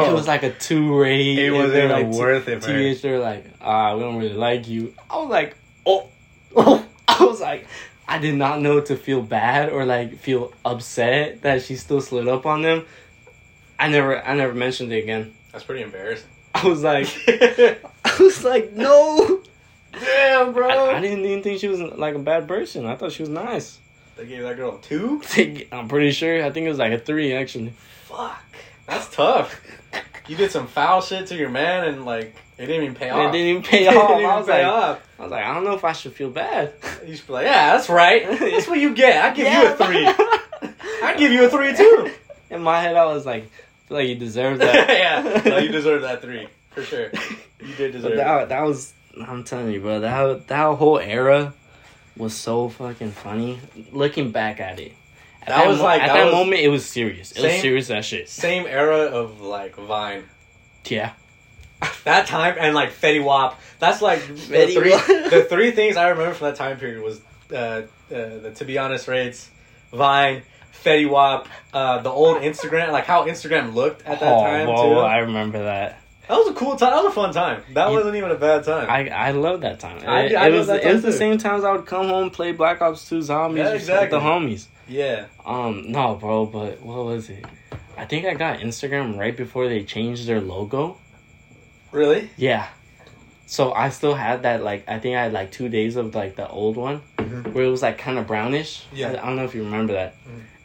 Speaker 2: It was like a two rate.
Speaker 1: Oh. It
Speaker 2: and
Speaker 1: wasn't
Speaker 2: they're
Speaker 1: even
Speaker 2: like,
Speaker 1: worth it, man.
Speaker 2: TBH, they're like, ah, we don't really like you. I was like, oh, (laughs)
Speaker 1: Oh.
Speaker 2: I was like, I did not know to feel bad or like feel upset that she still slid up on them. I never, I never mentioned it again. (laughs)
Speaker 3: That's pretty embarrassing.
Speaker 2: I was like, (laughs) I was like, no.
Speaker 3: (laughs) Damn, bro.
Speaker 2: I, I didn't even think she was like a bad person. I thought she was nice. (laughs)
Speaker 3: they gave that girl a two.
Speaker 2: I'm pretty sure. I think it was like a three actually.
Speaker 3: Fuck, that's tough. You did some foul shit to your man, and like it didn't even pay
Speaker 2: And it
Speaker 3: off.
Speaker 2: didn't even
Speaker 3: (laughs)
Speaker 2: pay
Speaker 3: It
Speaker 2: off.
Speaker 3: didn't even
Speaker 2: I was
Speaker 3: pay
Speaker 2: like,
Speaker 3: off.
Speaker 2: I was like, I don't know if I should feel bad.
Speaker 3: You should be like, yeah, that's right. That's what you get. I give (laughs) you a three.
Speaker 2: (laughs)
Speaker 3: I give you a three too.
Speaker 2: In my head, I was like, I feel like you deserve
Speaker 3: (laughs)
Speaker 2: that.
Speaker 3: yeah, no,
Speaker 2: (laughs)
Speaker 3: you deserve that three for sure. You did deserve
Speaker 2: But
Speaker 3: it.
Speaker 2: that, that was, I'm telling you, bro. That that whole era was so fucking funny. Looking back at it, at
Speaker 3: That was like-
Speaker 2: at
Speaker 3: that
Speaker 2: that
Speaker 3: was-
Speaker 2: moment, it was serious. It was
Speaker 3: Same-
Speaker 2: serious that shit.
Speaker 3: Same era of like Vine.
Speaker 2: Yeah,
Speaker 3: That time and like Fetty Wap. That's like the
Speaker 2: Fetty
Speaker 3: three,
Speaker 2: Wap. (laughs)
Speaker 3: the three things I remember from that time period was uh, uh, the To Be Honest rates, Vine, Fetty Wap, uh, the old Instagram, like how Instagram looked at that
Speaker 2: oh,
Speaker 3: time
Speaker 2: whoa,
Speaker 3: too.
Speaker 2: I remember that.
Speaker 3: that was a cool time. That was a fun time. That
Speaker 2: You-
Speaker 3: wasn't even a bad time.
Speaker 2: I I love that time. It,
Speaker 3: I- I
Speaker 2: it
Speaker 3: love
Speaker 2: was
Speaker 3: that
Speaker 2: it
Speaker 3: time
Speaker 2: was the
Speaker 3: too.
Speaker 2: same times I would come home play Black Ops Two Zombies
Speaker 3: Yeah,
Speaker 2: or shit with the
Speaker 3: exactly.
Speaker 2: homies.
Speaker 3: yeah.
Speaker 2: Um, no, bro, but what was it? I think I got Instagram right before they changed their logo.
Speaker 3: Really?
Speaker 2: Yeah, so I still had that. Like I think I had like two days of like the old one
Speaker 3: Mhm.
Speaker 2: where it was like kind of brownish.
Speaker 3: Yeah. Mm-hmm.
Speaker 2: I, I don't know if you remember that.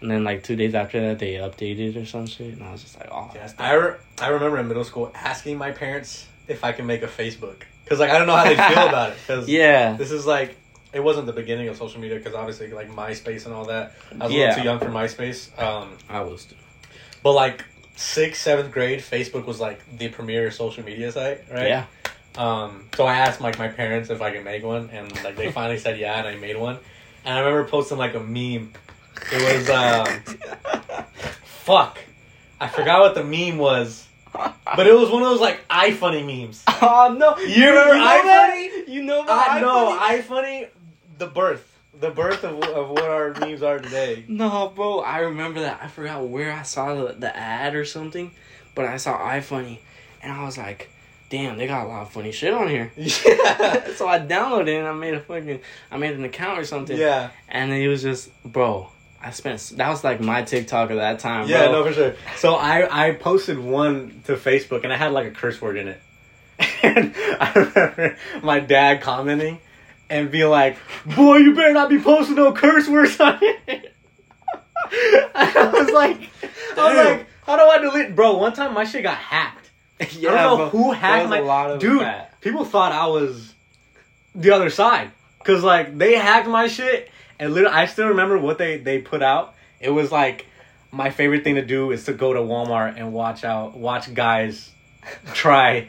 Speaker 2: And then like two days after that they updated or some shit, and I was just like, oh,
Speaker 3: Yes. I, re- I remember in middle school asking my parents if I can make a Facebook because like I don't know how they
Speaker 2: (laughs)
Speaker 3: feel about it. 'cause
Speaker 2: yeah,
Speaker 3: This is like it wasn't the beginning of social media because obviously like MySpace and all that. I was a
Speaker 2: Yeah.
Speaker 3: little too young for MySpace. Um,
Speaker 2: I was. too.
Speaker 3: but like sixth, seventh grade, Facebook was like the premier social media site, right?
Speaker 2: Yeah,
Speaker 3: Um, so I asked like my parents if I could make one, and like they finally said yeah, and I made one. And I remember posting like a meme. It was um,
Speaker 2: (laughs)
Speaker 3: fuck, I forgot what the meme was, but it was one of those like iFunny memes.
Speaker 2: (laughs) oh no,
Speaker 3: You remember iFunny?
Speaker 2: You know about
Speaker 3: I know iFunny,
Speaker 2: iFunny?
Speaker 3: the birth, the birth of, of what our memes are
Speaker 2: (laughs)
Speaker 3: today.
Speaker 2: No, bro, I remember that. I forgot where I saw the, the ad or something, but I saw iFunny, and I was like, damn, they got a lot of funny shit on
Speaker 1: (laughs)
Speaker 2: here. (laughs)
Speaker 3: Yeah,
Speaker 2: so I downloaded it and I made a fucking, I made an account or something.
Speaker 3: yeah,
Speaker 2: And it was just, bro, I spent, s- that was like my TikTok at that time,
Speaker 3: yeah.
Speaker 2: bro. (laughs)
Speaker 3: No, for sure.
Speaker 1: So I, I posted one to Facebook and I had like a curse word in it. (laughs) And I remember my dad commenting and be like, Boy, you better not be posting no curse words on it. (laughs) I was like, I was
Speaker 2: Dude.
Speaker 1: like, how do I delete? Bro, one time my shit got hacked.
Speaker 2: yeah,
Speaker 1: I don't know
Speaker 2: bro,
Speaker 1: who
Speaker 2: there
Speaker 1: hacked
Speaker 2: was
Speaker 1: my
Speaker 2: a lot of
Speaker 1: dude.
Speaker 2: that. (laughs)
Speaker 1: People thought I was the other side because like they hacked my shit and literally I still remember what they they put out. It was like my favorite thing to do is to go to Walmart and watch out watch guys try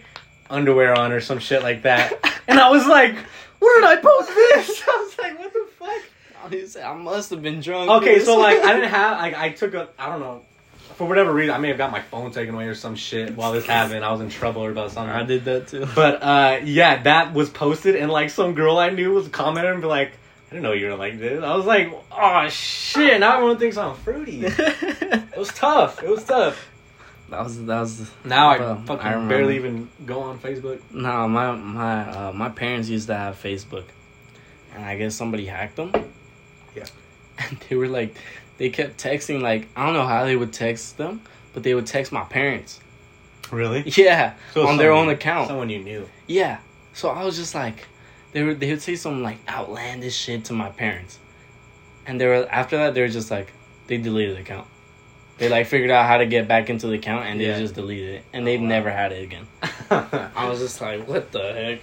Speaker 1: underwear on or some shit like
Speaker 2: (laughs)
Speaker 1: that. And I was like, where did I post this? (laughs) I was like, what the fuck?
Speaker 2: He said, I must have been drunk.
Speaker 1: Okay,
Speaker 2: dude.
Speaker 1: so like
Speaker 2: (laughs)
Speaker 1: I didn't have like I took a I don't know. For whatever reason, I may have got my phone taken away or some shit while this happened. I was in trouble or about something.
Speaker 2: I did that too.
Speaker 1: But uh, yeah, that was posted, and like some girl I knew was commenting and be like, didn't know you were like this. I was like, oh shit! Now everyone thinks I'm (laughs) fruity. it
Speaker 2: (laughs) that
Speaker 1: was tough. It was tough.
Speaker 2: was that was
Speaker 1: Now I
Speaker 2: Bro, I
Speaker 1: fucking
Speaker 2: remember.
Speaker 1: barely even go on Facebook.
Speaker 2: No, my my uh, my parents used to have Facebook, and I guess somebody hacked them.
Speaker 1: Yeah.
Speaker 2: (laughs) And they were like, they kept texting like I don't know how they would text them, but they would text my parents. (laughs)
Speaker 1: (laughs) Really?
Speaker 2: Yeah,
Speaker 1: So
Speaker 2: on their
Speaker 1: someone-
Speaker 2: own account.
Speaker 1: Someone you knew.
Speaker 2: Yeah. So I was just like, they were they would say some like outlandish shit to my parents, and they were after that they were just like they deleted the account. They like figured out how to get back into the account and they
Speaker 1: Yeah.
Speaker 2: just deleted it, and
Speaker 1: Oh,
Speaker 2: they've
Speaker 1: wow.
Speaker 2: never had it again.
Speaker 1: I
Speaker 2: (laughs) I was just like, what the heck?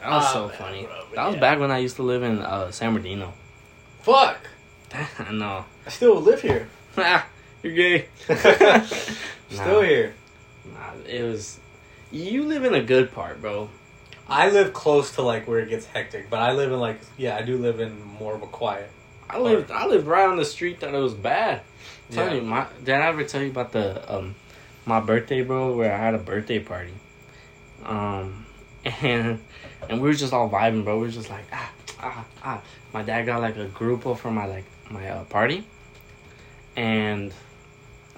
Speaker 2: That was
Speaker 3: Ah,
Speaker 1: Uh,
Speaker 2: so
Speaker 3: man,
Speaker 2: funny.
Speaker 3: bro,
Speaker 2: that was
Speaker 3: yeah.
Speaker 2: back when I used to live in uh, San Bernardino. (laughs)
Speaker 3: Fuck.
Speaker 2: I know. (laughs)
Speaker 1: still live here.
Speaker 2: Ah,
Speaker 1: (laughs)
Speaker 2: You're gay.
Speaker 1: Still
Speaker 2: Nah.
Speaker 1: here.
Speaker 2: Nah, it was. You live in a good part, bro.
Speaker 1: I live close to like where it gets hectic, but I live in like yeah, I do live in more of a quiet.
Speaker 2: I lived. I lived right on the street that it was bad. I'm telling
Speaker 1: Yeah.
Speaker 2: you, my did I ever tell you about the um, my birthday, bro? Where I had a birthday party, um, (laughs) and and we were just all vibing, bro. We were just like ah ah ah. My dad got like a grupo for my like my uh, party, and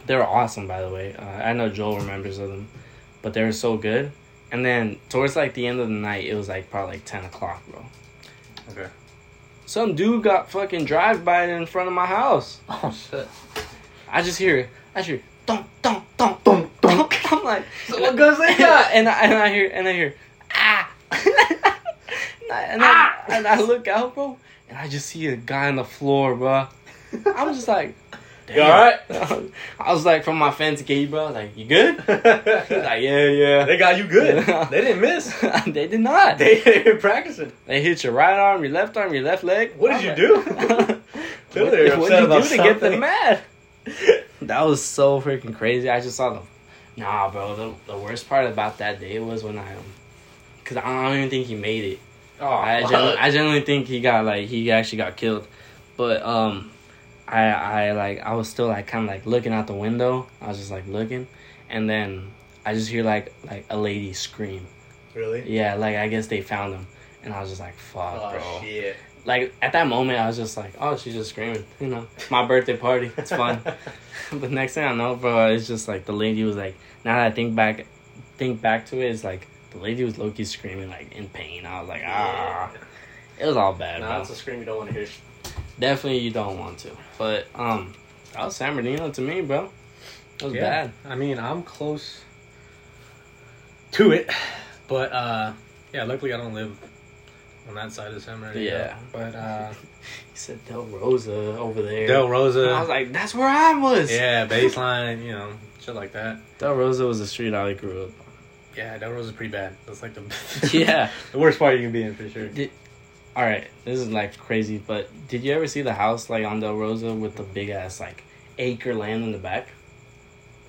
Speaker 2: they were awesome, by the way. Uh, I know Joel remembers of them, but they were so good. And then towards like the end of the night, it was like probably like ten o'clock, bro.
Speaker 1: Okay.
Speaker 2: Some dude got fucking drive by in front of my house.
Speaker 3: Oh shit.
Speaker 2: I just hear it. I just hear thump thump thump thump thump. I'm like,
Speaker 3: So what goes in
Speaker 2: (laughs) and
Speaker 3: that?
Speaker 2: I, and I and I hear and I hear ah, (laughs) and, I, and,
Speaker 1: Ah!
Speaker 2: I, and I look out, bro, and I just see a guy on the floor, bro. I'm just like,
Speaker 1: (laughs) (laughs) You (laughs) alright?
Speaker 2: (laughs) I was like from my fence gate, bro. I was like, you good? He's
Speaker 1: they
Speaker 2: like, yeah, yeah.
Speaker 1: got you (laughs) good.
Speaker 2: (laughs)
Speaker 1: they didn't miss.
Speaker 2: they did not. They,
Speaker 1: They, they (laughs) were practicing.
Speaker 2: hit your right arm, your left arm, your left leg.
Speaker 1: What did you
Speaker 2: (laughs)
Speaker 1: do? Dude,
Speaker 2: what
Speaker 1: they were
Speaker 2: did you
Speaker 1: upset
Speaker 2: do
Speaker 1: about
Speaker 2: to get them
Speaker 1: something.
Speaker 2: mad? That was so freaking crazy. I just saw them. Nah, bro. The, the worst part about that day was when I, um, cause I don't even think he made it.
Speaker 3: Oh,
Speaker 2: I generally, I generally think he got like he actually got killed, but um, I I like I was still like kind of like looking out the window. I was just like looking, and then I just hear like like a lady scream.
Speaker 1: Really?
Speaker 2: Yeah, like I guess they found him, and I was just like, fuck,
Speaker 1: Oh
Speaker 2: bro
Speaker 1: shit.
Speaker 2: like at that moment, I was just like, oh, she's just screaming. You know, my birthday party,
Speaker 1: (laughs)
Speaker 2: it's fun. (laughs) but next thing I know, bro, it's just like the lady was like. Now that I think back, think back to it, it's like the lady was low key screaming like in pain. I was like, ah, it was all bad.
Speaker 1: Nah,
Speaker 2: bro.
Speaker 1: that's a scream you don't want to hear.
Speaker 2: Definitely, you don't want to. But um, that was San Bernardino to me, bro. It was
Speaker 3: Yeah.
Speaker 2: bad.
Speaker 3: I mean, I'm close to it, but uh, yeah. Luckily, I don't live on that side of San Bernardino.
Speaker 2: Yeah.
Speaker 3: But uh,
Speaker 2: He said Del Rosa over there.
Speaker 3: Del
Speaker 2: I was
Speaker 3: Rosa,
Speaker 2: like, that's where I was.
Speaker 3: yeah, baseline, you know, shit like that.
Speaker 2: Del Rosa was the street I grew up.
Speaker 3: (laughs) Yeah, Del Rosa's pretty bad. That's like the (laughs)
Speaker 2: on. yeah.
Speaker 1: The worst part you can be in for sure.
Speaker 2: (laughs) All right, this is like crazy, but did you ever see the house like on Del Rosa with the big ass like acre land in the back?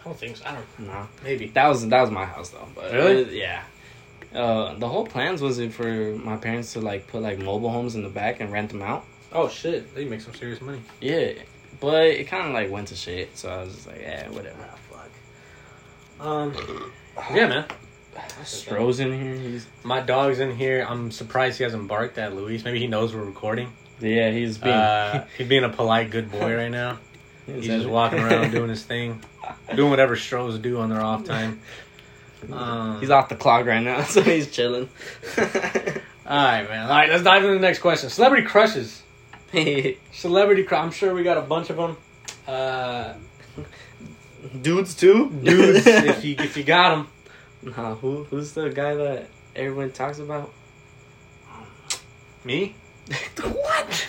Speaker 3: I don't think so. I don't.
Speaker 2: No,
Speaker 3: Maybe.
Speaker 2: that was that was my house though. But
Speaker 3: Really?
Speaker 2: it- yeah. Uh, the whole plans was it for my parents to like put like mobile homes in the back and rent them out.
Speaker 3: Oh shit, they make some serious money.
Speaker 2: Yeah, but it kind of like went to shit, so I was just like, yeah, whatever.
Speaker 3: Ah,
Speaker 2: (sighs)
Speaker 3: Um, yeah, man.
Speaker 2: Stroh's in here. He's
Speaker 3: My dog's in here. I'm surprised he hasn't barked at Luis. Maybe he knows we're recording.
Speaker 2: yeah, he's being (laughs)
Speaker 3: Uh, he's being a polite good boy right now. (laughs) He's just walking
Speaker 2: (laughs)
Speaker 3: around doing his thing, doing whatever strolls do on their off
Speaker 2: (laughs)
Speaker 3: time. Um,
Speaker 2: He's off the clock right now, (laughs) so he's chilling.
Speaker 3: all right, man. All right, let's dive into the next question. Celebrity crushes. Celebrity crush. I'm sure we got a bunch of them.
Speaker 2: (laughs)
Speaker 3: Uh,
Speaker 2: Dudes too.
Speaker 3: dudes, if you if you got them,
Speaker 2: (laughs) Nah, who who's the guy that everyone talks about? (laughs)
Speaker 3: me.
Speaker 2: what?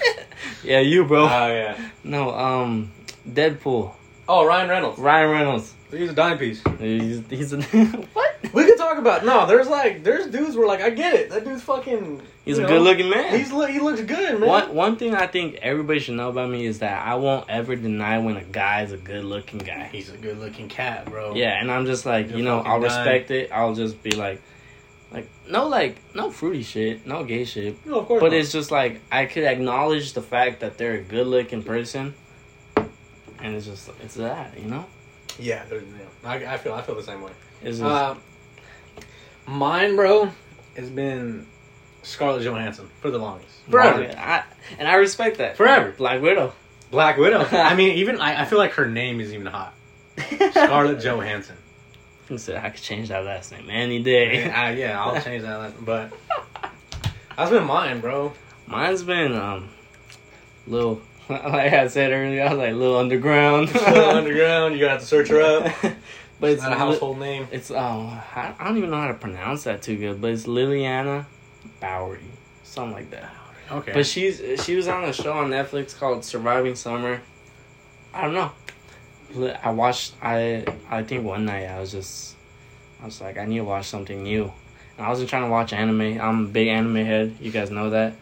Speaker 2: yeah, you, bro.
Speaker 1: yeah.
Speaker 2: no, um, Deadpool,
Speaker 3: Oh, Ryan Reynolds.
Speaker 2: Ryan Reynolds.
Speaker 1: He's a dime piece.
Speaker 2: He's, he's a (laughs) what?
Speaker 1: We could talk about no. There's like there's dudes where like I get it. That dude's fucking.
Speaker 2: He's
Speaker 1: you
Speaker 2: a
Speaker 1: know,
Speaker 2: good-looking man.
Speaker 1: He's look. he looks good, man.
Speaker 2: one one thing I think everybody should know about me is that I won't ever deny when a guy's a good-looking guy.
Speaker 3: He's a good-looking cat, bro.
Speaker 2: Yeah, and I'm just like,
Speaker 3: He's a
Speaker 2: you know,
Speaker 3: fucking
Speaker 2: I'll
Speaker 3: dime.
Speaker 2: respect it. I'll just be like, like no, like no fruity shit, no gay shit.
Speaker 1: No, of course.
Speaker 2: But
Speaker 1: not.
Speaker 2: it's just like I could acknowledge the fact that they're a good looking person, and it's just it's that you know.
Speaker 1: yeah. There's, yeah. I, I feel
Speaker 2: Mm.
Speaker 1: Uh, I feel the same way.
Speaker 2: It's just,
Speaker 3: Uh, mine, bro, has been
Speaker 1: Scarlett Johansson for the longest.
Speaker 2: Forever. I, and I respect that.
Speaker 1: Forever.
Speaker 2: Black Widow.
Speaker 1: Black
Speaker 2: (laughs)
Speaker 1: Widow. I mean, even I, I feel like her name is even hot. Scarlett Johansson.
Speaker 2: I said I could change that last (laughs) name any day.
Speaker 1: And I, yeah, I'll change that. Last, but that's been mine,
Speaker 2: (laughs)
Speaker 1: bro.
Speaker 2: (laughs) Mine's been um, little. (laughs) Like I said earlier, I was like little
Speaker 1: (laughs)
Speaker 2: underground. (laughs)
Speaker 1: Still underground. You gotta have to search her up.
Speaker 2: but it's
Speaker 1: Not a household name.
Speaker 2: It's oh, I, I don't even know how to pronounce that too good, but it's Liliana Bowery, something like that.
Speaker 1: Okay.
Speaker 2: But she's she was on a show on Netflix called Surviving Summer. I don't know. Li- I watched I I think one night I was just I was like I need to watch something new. And I wasn't trying to watch anime. I'm a big anime head. You guys know that.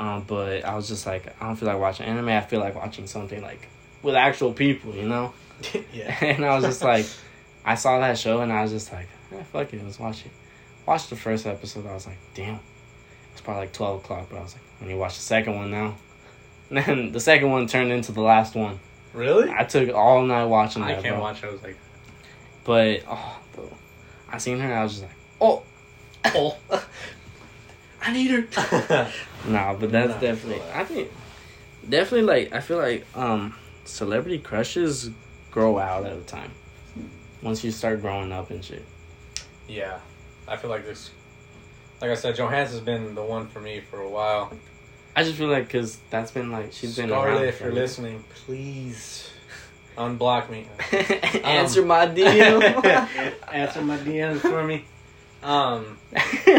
Speaker 2: Um, but I was just like I don't feel like watching anime. I feel like watching something like with actual people, you know. (laughs)
Speaker 1: yeah.
Speaker 2: and I was just like, I saw that show and I was just like, eh, fuck it, let's watch it. Watched the first episode, I was like, damn, it's probably like twelve o'clock, but I was like, I need to watch the second one now. (laughs) And then the second one turned into the last one.
Speaker 1: Really?
Speaker 2: I took all night watching
Speaker 1: I
Speaker 2: that.
Speaker 1: can't
Speaker 2: bro.
Speaker 1: watch shows
Speaker 2: (laughs)
Speaker 1: like
Speaker 2: But oh, bro, I seen her and I was just like, oh,
Speaker 1: oh.
Speaker 2: I need her. Nah, but that's
Speaker 1: Nah,
Speaker 2: definitely.
Speaker 1: but-
Speaker 2: I think definitely like I feel like um celebrity crushes grow out at a time. Once you start growing up and shit.
Speaker 1: (laughs) yeah, I feel like this. Like I said, Johansson's been the one for me for a while.
Speaker 2: I just feel like because that's been like she's been around.
Speaker 1: Scarlett, if you're
Speaker 2: for-
Speaker 1: listening, please unblock me.
Speaker 2: (laughs) Answer my DM.
Speaker 1: Um. (laughs) Answer my DMs for me. Um, yeah,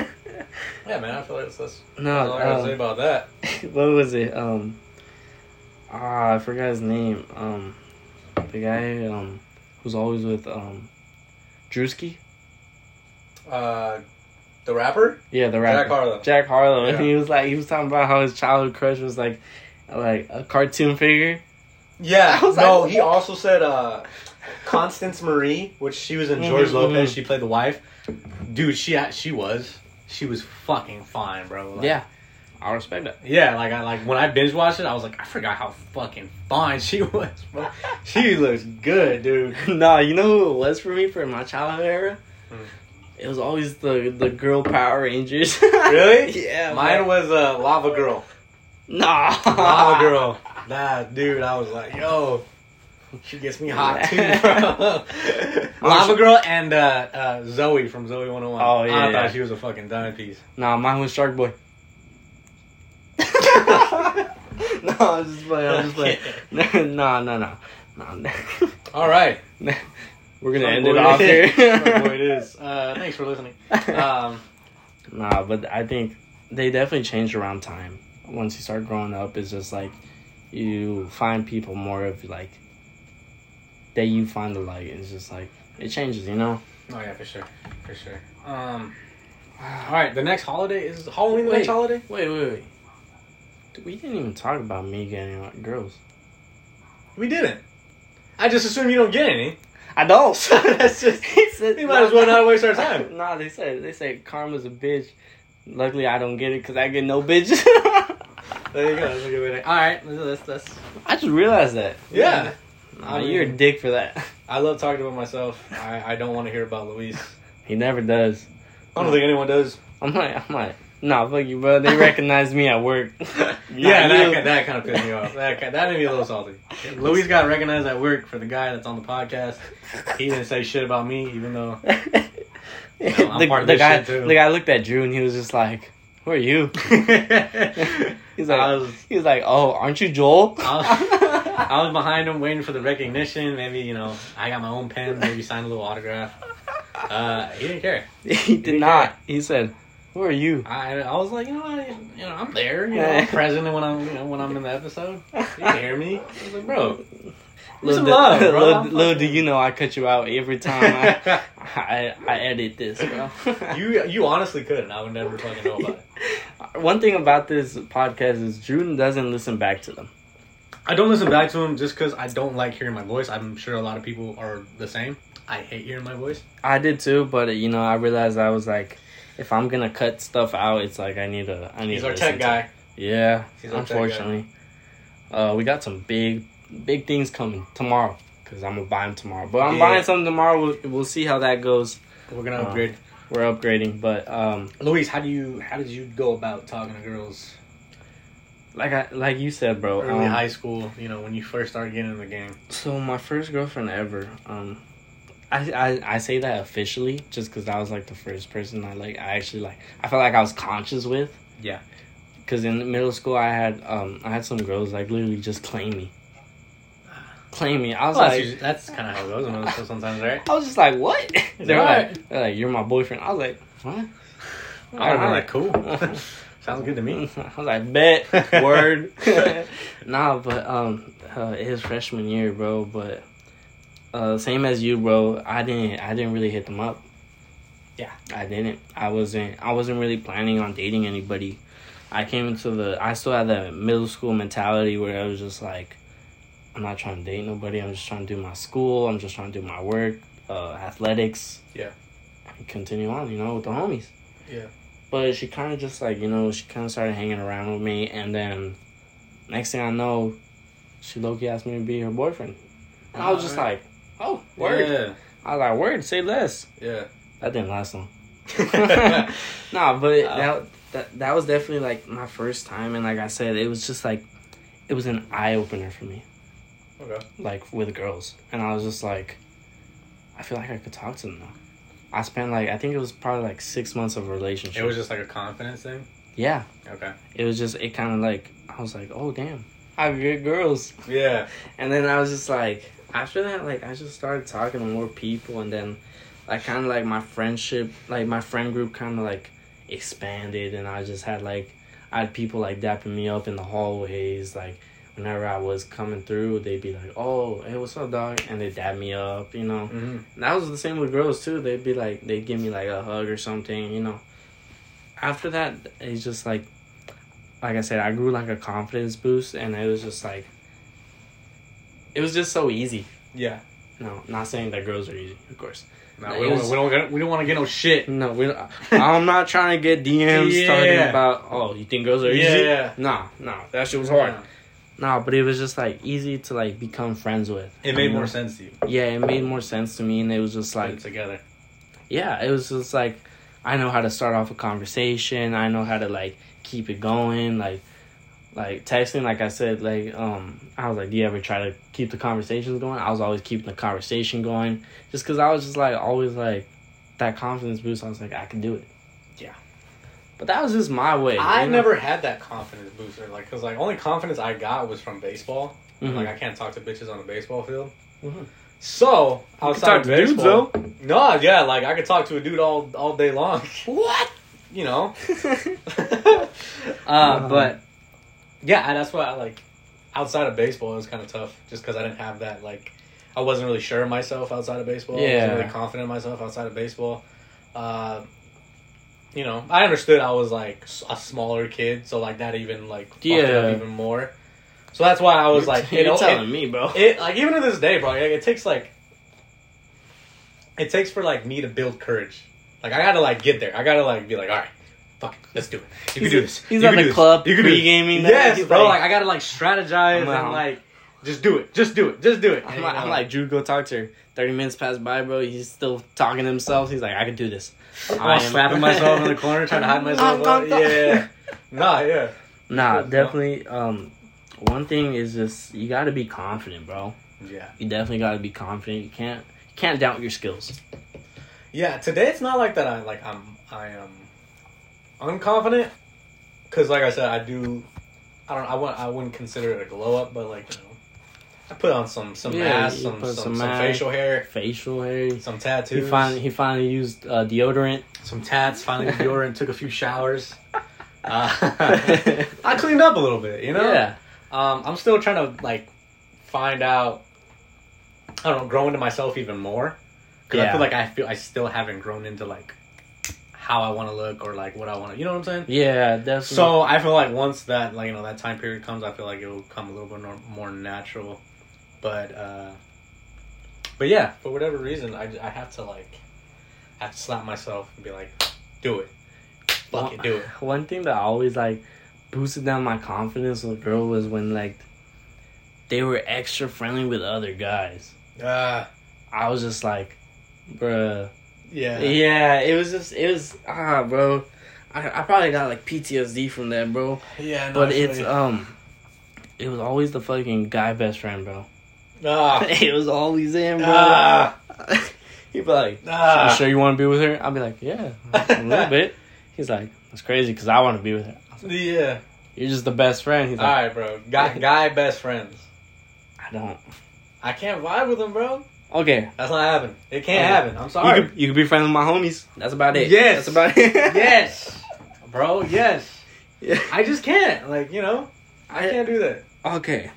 Speaker 1: man, I feel like that's, that's all I gotta say
Speaker 2: (laughs) no,
Speaker 1: about that.
Speaker 2: um, (laughs) what was it? Um, ah, I forgot his name. Um, the guy um who's always with um, Drewski.
Speaker 1: Uh, the rapper?
Speaker 2: Yeah, the rapper.
Speaker 1: Jack Harlow.
Speaker 2: Jack Harlow, and
Speaker 1: Yeah.
Speaker 2: (laughs) he was like, he was talking about how his childhood crush was like, like a cartoon figure.
Speaker 1: Yeah.
Speaker 2: I was
Speaker 1: No,
Speaker 2: like-
Speaker 1: he also said uh, Constance Marie, which she was in George
Speaker 2: Mhm,
Speaker 1: Lopez.
Speaker 2: mhm.
Speaker 1: She played the wife. Dude, she she was she was fucking fine, bro. Like,
Speaker 2: yeah, I respect that. (laughs)
Speaker 1: Yeah, like I like when I binge watched it, I was like, I forgot how fucking fine she (laughs) was, bro. she looks good, dude.
Speaker 2: nah, you know who it was for me for my childhood era?
Speaker 1: Hmm.
Speaker 2: It was always the the girl Power Rangers. (laughs)
Speaker 1: Really?
Speaker 2: yeah.
Speaker 1: Mine
Speaker 2: man.
Speaker 1: was uh, Lava Girl.
Speaker 2: Nah.
Speaker 1: Lava Girl. Nah, dude, I was like, yo, she gets me hot too, (laughs) bro. Lava Girl and uh, uh, Zoe from Zoe 101.
Speaker 2: Oh, yeah,
Speaker 1: I
Speaker 2: yeah.
Speaker 1: thought she was a fucking dime piece.
Speaker 2: Nah, mine was Shark (laughs) Boy. no, I'm just playing. I'm just playing. (laughs) nah, nah, nah, nah. (laughs) nah.
Speaker 1: (laughs) All (laughs) right.
Speaker 2: We're gonna
Speaker 1: Shark
Speaker 2: end
Speaker 1: Boy
Speaker 2: it off
Speaker 1: it is. Shark Boy
Speaker 2: here.
Speaker 1: it is. (laughs) Uh, thanks for listening. Um,
Speaker 2: (laughs) nah, but I think they definitely changed around time. Once you start growing up, it's just like you find people more of like that you find the like. It's just like it changes, you know.
Speaker 1: oh, yeah, for sure. For sure. Um, all right, the next holiday is Halloween the
Speaker 2: Wait.
Speaker 1: next holiday?
Speaker 2: Wait, wait, wait. Dude, we didn't even talk about me getting like, girls.
Speaker 1: We didn't. I just assume you don't get any.
Speaker 2: I don't.
Speaker 1: (laughs) That's just-
Speaker 2: He said,
Speaker 1: We might as well not waste our time.
Speaker 2: (laughs) nah, they said they said karma's a bitch. Luckily, I don't get it because I get no (laughs) bitches.
Speaker 1: There you go. That's a good way to. All right, let's let's.
Speaker 2: I just realized that.
Speaker 1: Yeah.
Speaker 2: Nah, you're a dick
Speaker 1: (laughs)
Speaker 2: for that.
Speaker 1: I love talking about myself. I, I don't want to hear about Luis.
Speaker 2: He never does.
Speaker 1: I don't think anyone does.
Speaker 2: I'm like, I'm like, nah, fuck you, bro. They recognize me at work.
Speaker 1: (laughs) yeah,
Speaker 2: Not
Speaker 1: that,
Speaker 2: you.
Speaker 1: ki- that kind of pissed me off. That ki- that made me a little salty. (laughs) Luis got recognized at work for the guy that's on the podcast.
Speaker 2: (laughs)
Speaker 1: He didn't say shit about me, even (laughs) though I'm
Speaker 2: the,
Speaker 1: part of
Speaker 2: the
Speaker 1: this
Speaker 2: guy,
Speaker 1: shit, too.
Speaker 2: the guy looked at Drew and he was just like, "Who are you?" (laughs)
Speaker 1: I
Speaker 2: He's like,
Speaker 1: was
Speaker 2: he was like, "Oh, aren't you Joel?" (laughs)
Speaker 1: I I was behind him waiting for the recognition. Maybe you know I got my own pen. Maybe sign a little autograph. Uh, he didn't care.
Speaker 2: (laughs) he did not. He said, "Who are you?"
Speaker 1: I, I was like, you know, I, you know, I'm there, you know, (laughs) I'm present when I'm, you know, when I'm in the episode. You can hear
Speaker 2: (laughs)
Speaker 1: me. I was like, (laughs) bro,
Speaker 2: Little,
Speaker 1: some
Speaker 2: do,
Speaker 1: love, bro.
Speaker 2: little,
Speaker 1: I'm
Speaker 2: little do
Speaker 1: fucking-
Speaker 2: you know, I cut you out every time I,
Speaker 1: Uh-huh.
Speaker 2: (laughs) I, I edit this, bro.
Speaker 1: (laughs) you, you honestly couldn't. I would never fucking know about it.
Speaker 2: (laughs) One thing about this podcast is Drew doesn't listen back to them.
Speaker 1: I don't listen back to him just because I don't like hearing my voice. I'm sure a lot of people are the same. I hate hearing my voice.
Speaker 2: I did too, but uh, you know, I realized I was like, if I'm gonna cut stuff out, it's like I need a, I need.
Speaker 1: He's
Speaker 2: to
Speaker 1: our
Speaker 2: listen
Speaker 1: tech
Speaker 2: to
Speaker 1: guy.
Speaker 2: Yeah,
Speaker 1: He's our tech guy.
Speaker 2: unfortunately. Uh, we got some big, big things coming tomorrow. Cause I'm gonna buy them tomorrow, but I'm
Speaker 1: Yeah.
Speaker 2: buying something tomorrow. We'll, we'll see how that goes.
Speaker 1: We're gonna
Speaker 2: Uh,
Speaker 1: upgrade.
Speaker 2: We're upgrading, but um,
Speaker 1: Luis, how do you how did you go about talking to girls
Speaker 2: like I like you said, bro.
Speaker 1: early
Speaker 2: um,
Speaker 1: high school? You know, when you first started getting in the game.
Speaker 2: So my first girlfriend ever. Um, I, I I say that officially just because I was like the first person I like. I actually like. I felt like I was conscious with.
Speaker 1: Yeah.
Speaker 2: Because in middle school, I had um I had some girls like literally just claim me. Claim me. I was
Speaker 1: Well, that's,
Speaker 2: like.
Speaker 1: usually- that's kind of how it goes in middle school sometimes, right?
Speaker 2: I was just like, what? (laughs) They were
Speaker 1: Right.
Speaker 2: like, they're like, you're my boyfriend. I was like, what?
Speaker 1: (laughs) I don't know, like (laughs) cool. Sounds good to (laughs) me.
Speaker 2: I was like,
Speaker 1: (laughs)
Speaker 2: bet word. nah, but um, uh, it was freshman year, bro. But uh, same as you, bro. I didn't. I didn't really hit them up. Yeah, I didn't. I wasn't. I wasn't really planning on dating anybody. I came into the. I still had that middle school mentality where I was just like, I'm not trying to date nobody. I'm just trying to do my school. I'm just trying to do my work, uh, athletics.
Speaker 1: Yeah.
Speaker 2: And continue on, you know, with the homies
Speaker 1: Yeah.
Speaker 2: but she kind of just like you know she kind of started hanging around with me and then next thing i know she low-key asked me to be her boyfriend and i was just like oh word i was like word say less
Speaker 1: Yeah.
Speaker 2: that didn't last long
Speaker 1: (laughs) Yeah.
Speaker 2: nah but
Speaker 1: Wow.
Speaker 2: that, that that was definitely like my first time and like i said it was just like it was an eye-opener for me
Speaker 1: okay.
Speaker 2: like with girls and i was just like i feel like i could talk to them now i spent like i think it was probably like six months of a relationship
Speaker 1: It was just like a confidence thing.
Speaker 2: yeah
Speaker 1: Okay.
Speaker 2: it was just it kind of like I was like, oh damn, I have good girls.
Speaker 1: Yeah.
Speaker 2: And then I was just like, after that, like I just started talking to more people, and then like kind of like my friendship, like my friend group, kind of like expanded, and I just had like I had people like dapping me up in the hallways, like. Whenever I was coming through, they'd be like, "Oh, hey, what's up, dog?" and they dab me up, you know.
Speaker 1: Mm-hmm.
Speaker 2: And that was the same with girls too. They'd be like, they'd give me like a hug or something, you know. After that, it's just like, like I said, I grew like a confidence boost, and it was just like, it was just so easy.
Speaker 1: Yeah.
Speaker 2: No, not saying that girls are easy, of course.
Speaker 1: No,
Speaker 2: Nah,
Speaker 1: we
Speaker 2: it
Speaker 1: don't.
Speaker 2: was-
Speaker 1: We don't. Get, we don't want to get no (laughs) shit.
Speaker 2: No, we.
Speaker 1: Um,
Speaker 2: I'm not trying to get DMs talking
Speaker 1: Yeah.
Speaker 2: about. Oh, you think girls are easy?
Speaker 1: Yeah.
Speaker 2: Nah, nah, that shit was hard. Nah, but it was just like easy to like become friends with.
Speaker 1: It made
Speaker 2: You know?
Speaker 1: more sense to you.
Speaker 2: Yeah, it made more sense to me, and it was just
Speaker 1: Like
Speaker 2: like
Speaker 1: together.
Speaker 2: yeah, it was just like I know how to start off a conversation. I know how to like keep it going. Like like texting, like I said, like um, I was like, do you ever try to keep the conversations going? I was always keeping the conversation going, just because I was just like always like that confidence boost. I was like, I can do it.
Speaker 1: Yeah.
Speaker 2: but that was just my way.
Speaker 1: I
Speaker 2: you know?
Speaker 1: never had that confidence booster. Like, cause like only confidence I got was from baseball. (laughs)
Speaker 2: Mhm.
Speaker 1: Like I can't talk to bitches on a baseball field.
Speaker 2: Mhm.
Speaker 1: So outside
Speaker 2: talk
Speaker 1: of
Speaker 2: to dudes,
Speaker 1: baseball, no, yeah, like I could talk to a dude all all day long.
Speaker 2: what?
Speaker 1: (laughs) You know.
Speaker 2: Uh-huh.
Speaker 1: uh, but yeah, I- that's why I like outside of baseball it was kind of tough just because I didn't have that like I wasn't really sure of myself outside of baseball. I
Speaker 2: Yeah.
Speaker 1: wasn't really confident in myself outside of baseball. Uh, you know, I understood I was like s- a smaller kid, so like that even like fucked it
Speaker 2: Yeah.
Speaker 1: up even more. So that's why I was like,
Speaker 2: you're
Speaker 1: it,
Speaker 2: telling
Speaker 1: it,
Speaker 2: me, bro.
Speaker 1: it like even to this day, bro. Like, it takes like it takes for like me to build courage. Like I gotta like get there. I gotta like be like, all right, fuck, it, let's do it. You can do this.
Speaker 2: He's
Speaker 1: you
Speaker 2: at
Speaker 1: can do
Speaker 2: the
Speaker 1: this.
Speaker 2: club.
Speaker 1: You
Speaker 2: You
Speaker 1: can
Speaker 2: could
Speaker 1: do
Speaker 2: be
Speaker 1: this.
Speaker 2: gaming. that.
Speaker 1: Yes,
Speaker 2: He's
Speaker 1: bro. Like
Speaker 2: like-
Speaker 1: I gotta like strategize
Speaker 2: I'm out.
Speaker 1: and like just do it. Just do it. Just do it.
Speaker 2: I'm
Speaker 1: And, you
Speaker 2: like,
Speaker 1: know,
Speaker 4: uh,
Speaker 2: I'm like, Jude, go talk to her. 30 minutes passed by, bro. He's still talking to himself. He's like, I can do this.
Speaker 4: I'm
Speaker 2: I am-
Speaker 4: slapping myself in the
Speaker 1: (laughs)
Speaker 2: (laughs)
Speaker 4: corner, trying to hide myself. up.
Speaker 1: yeah, (laughs) nah, yeah,
Speaker 2: Nah,
Speaker 1: Good, bro.
Speaker 2: definitely. Um, one thing is just, you got to be confident, bro.
Speaker 1: yeah,
Speaker 2: You definitely got to be confident. You can't. you Can't doubt your skills.
Speaker 1: yeah. Today it's not like that. I like I'm I am unconfident because like I said, I do. I don't. I want. I wouldn't consider it a glow up, but like you know, I put on some some
Speaker 2: Yeah,
Speaker 1: mask,
Speaker 2: you
Speaker 1: some
Speaker 2: put
Speaker 1: some,
Speaker 2: some
Speaker 1: some,
Speaker 2: mask.
Speaker 1: facial hair,
Speaker 2: Facial hair.
Speaker 1: some
Speaker 2: He
Speaker 1: tattoos.
Speaker 2: finally he finally used
Speaker 4: (laughs)
Speaker 2: uh, deodorant.
Speaker 1: some tats,
Speaker 2: (laughs)
Speaker 1: finally Dior and took a few showers. Uh, (laughs) I cleaned up a little bit, you know?
Speaker 2: Yeah,
Speaker 1: Um, I'm still trying to, like, find out, I don't know, grow into myself even more. Because I
Speaker 2: Yeah.
Speaker 1: feel like I feel I still haven't grown into, like, how I want to look or, like, what I want to, you know what I'm saying?
Speaker 2: yeah, definitely.
Speaker 1: So I feel like once that like you know that time period comes, I feel like it will come a little bit nor- more natural. But uh but yeah, for whatever reason, I, I have to like I have to slap myself and be like, do it, fuck it, do it.
Speaker 2: (laughs) One thing that always like boosted down my confidence with girl was when like they were extra friendly with other guys.
Speaker 1: Uh,
Speaker 2: I was just like, bruh, Yeah. Yeah, it was just it was ah, bro. I, I probably got like PTSD from that, bro.
Speaker 1: Yeah,
Speaker 2: But it's um, it was always the fucking guy best friend, bro.
Speaker 1: ah,
Speaker 2: (laughs) it was always him, bro.
Speaker 1: Ah.
Speaker 2: (laughs) He'd be (laughs) like, "You
Speaker 1: ah. (laughs)
Speaker 2: sure you want to be with her?" I'd be like, "Yeah, a little bit." He's like, "That's crazy because I want to be with her."
Speaker 1: yeah.
Speaker 2: You're just the best friend. He's
Speaker 1: All
Speaker 2: like,
Speaker 1: right, bro. Guy, guy, best friends.
Speaker 2: "I don't."
Speaker 1: I can't vibe with him, bro.
Speaker 2: Okay,
Speaker 1: That's not happening. It can't
Speaker 2: Okay.
Speaker 1: happen. I'm sorry.
Speaker 2: Uh-huh. you could you could be friends with my homies. That's about it.
Speaker 5: Yes.
Speaker 2: that's about it. (laughs)
Speaker 5: yes, bro. Yes.
Speaker 2: yeah.
Speaker 5: I just can't. Like you know, I
Speaker 2: I-
Speaker 5: can't do that.
Speaker 2: okay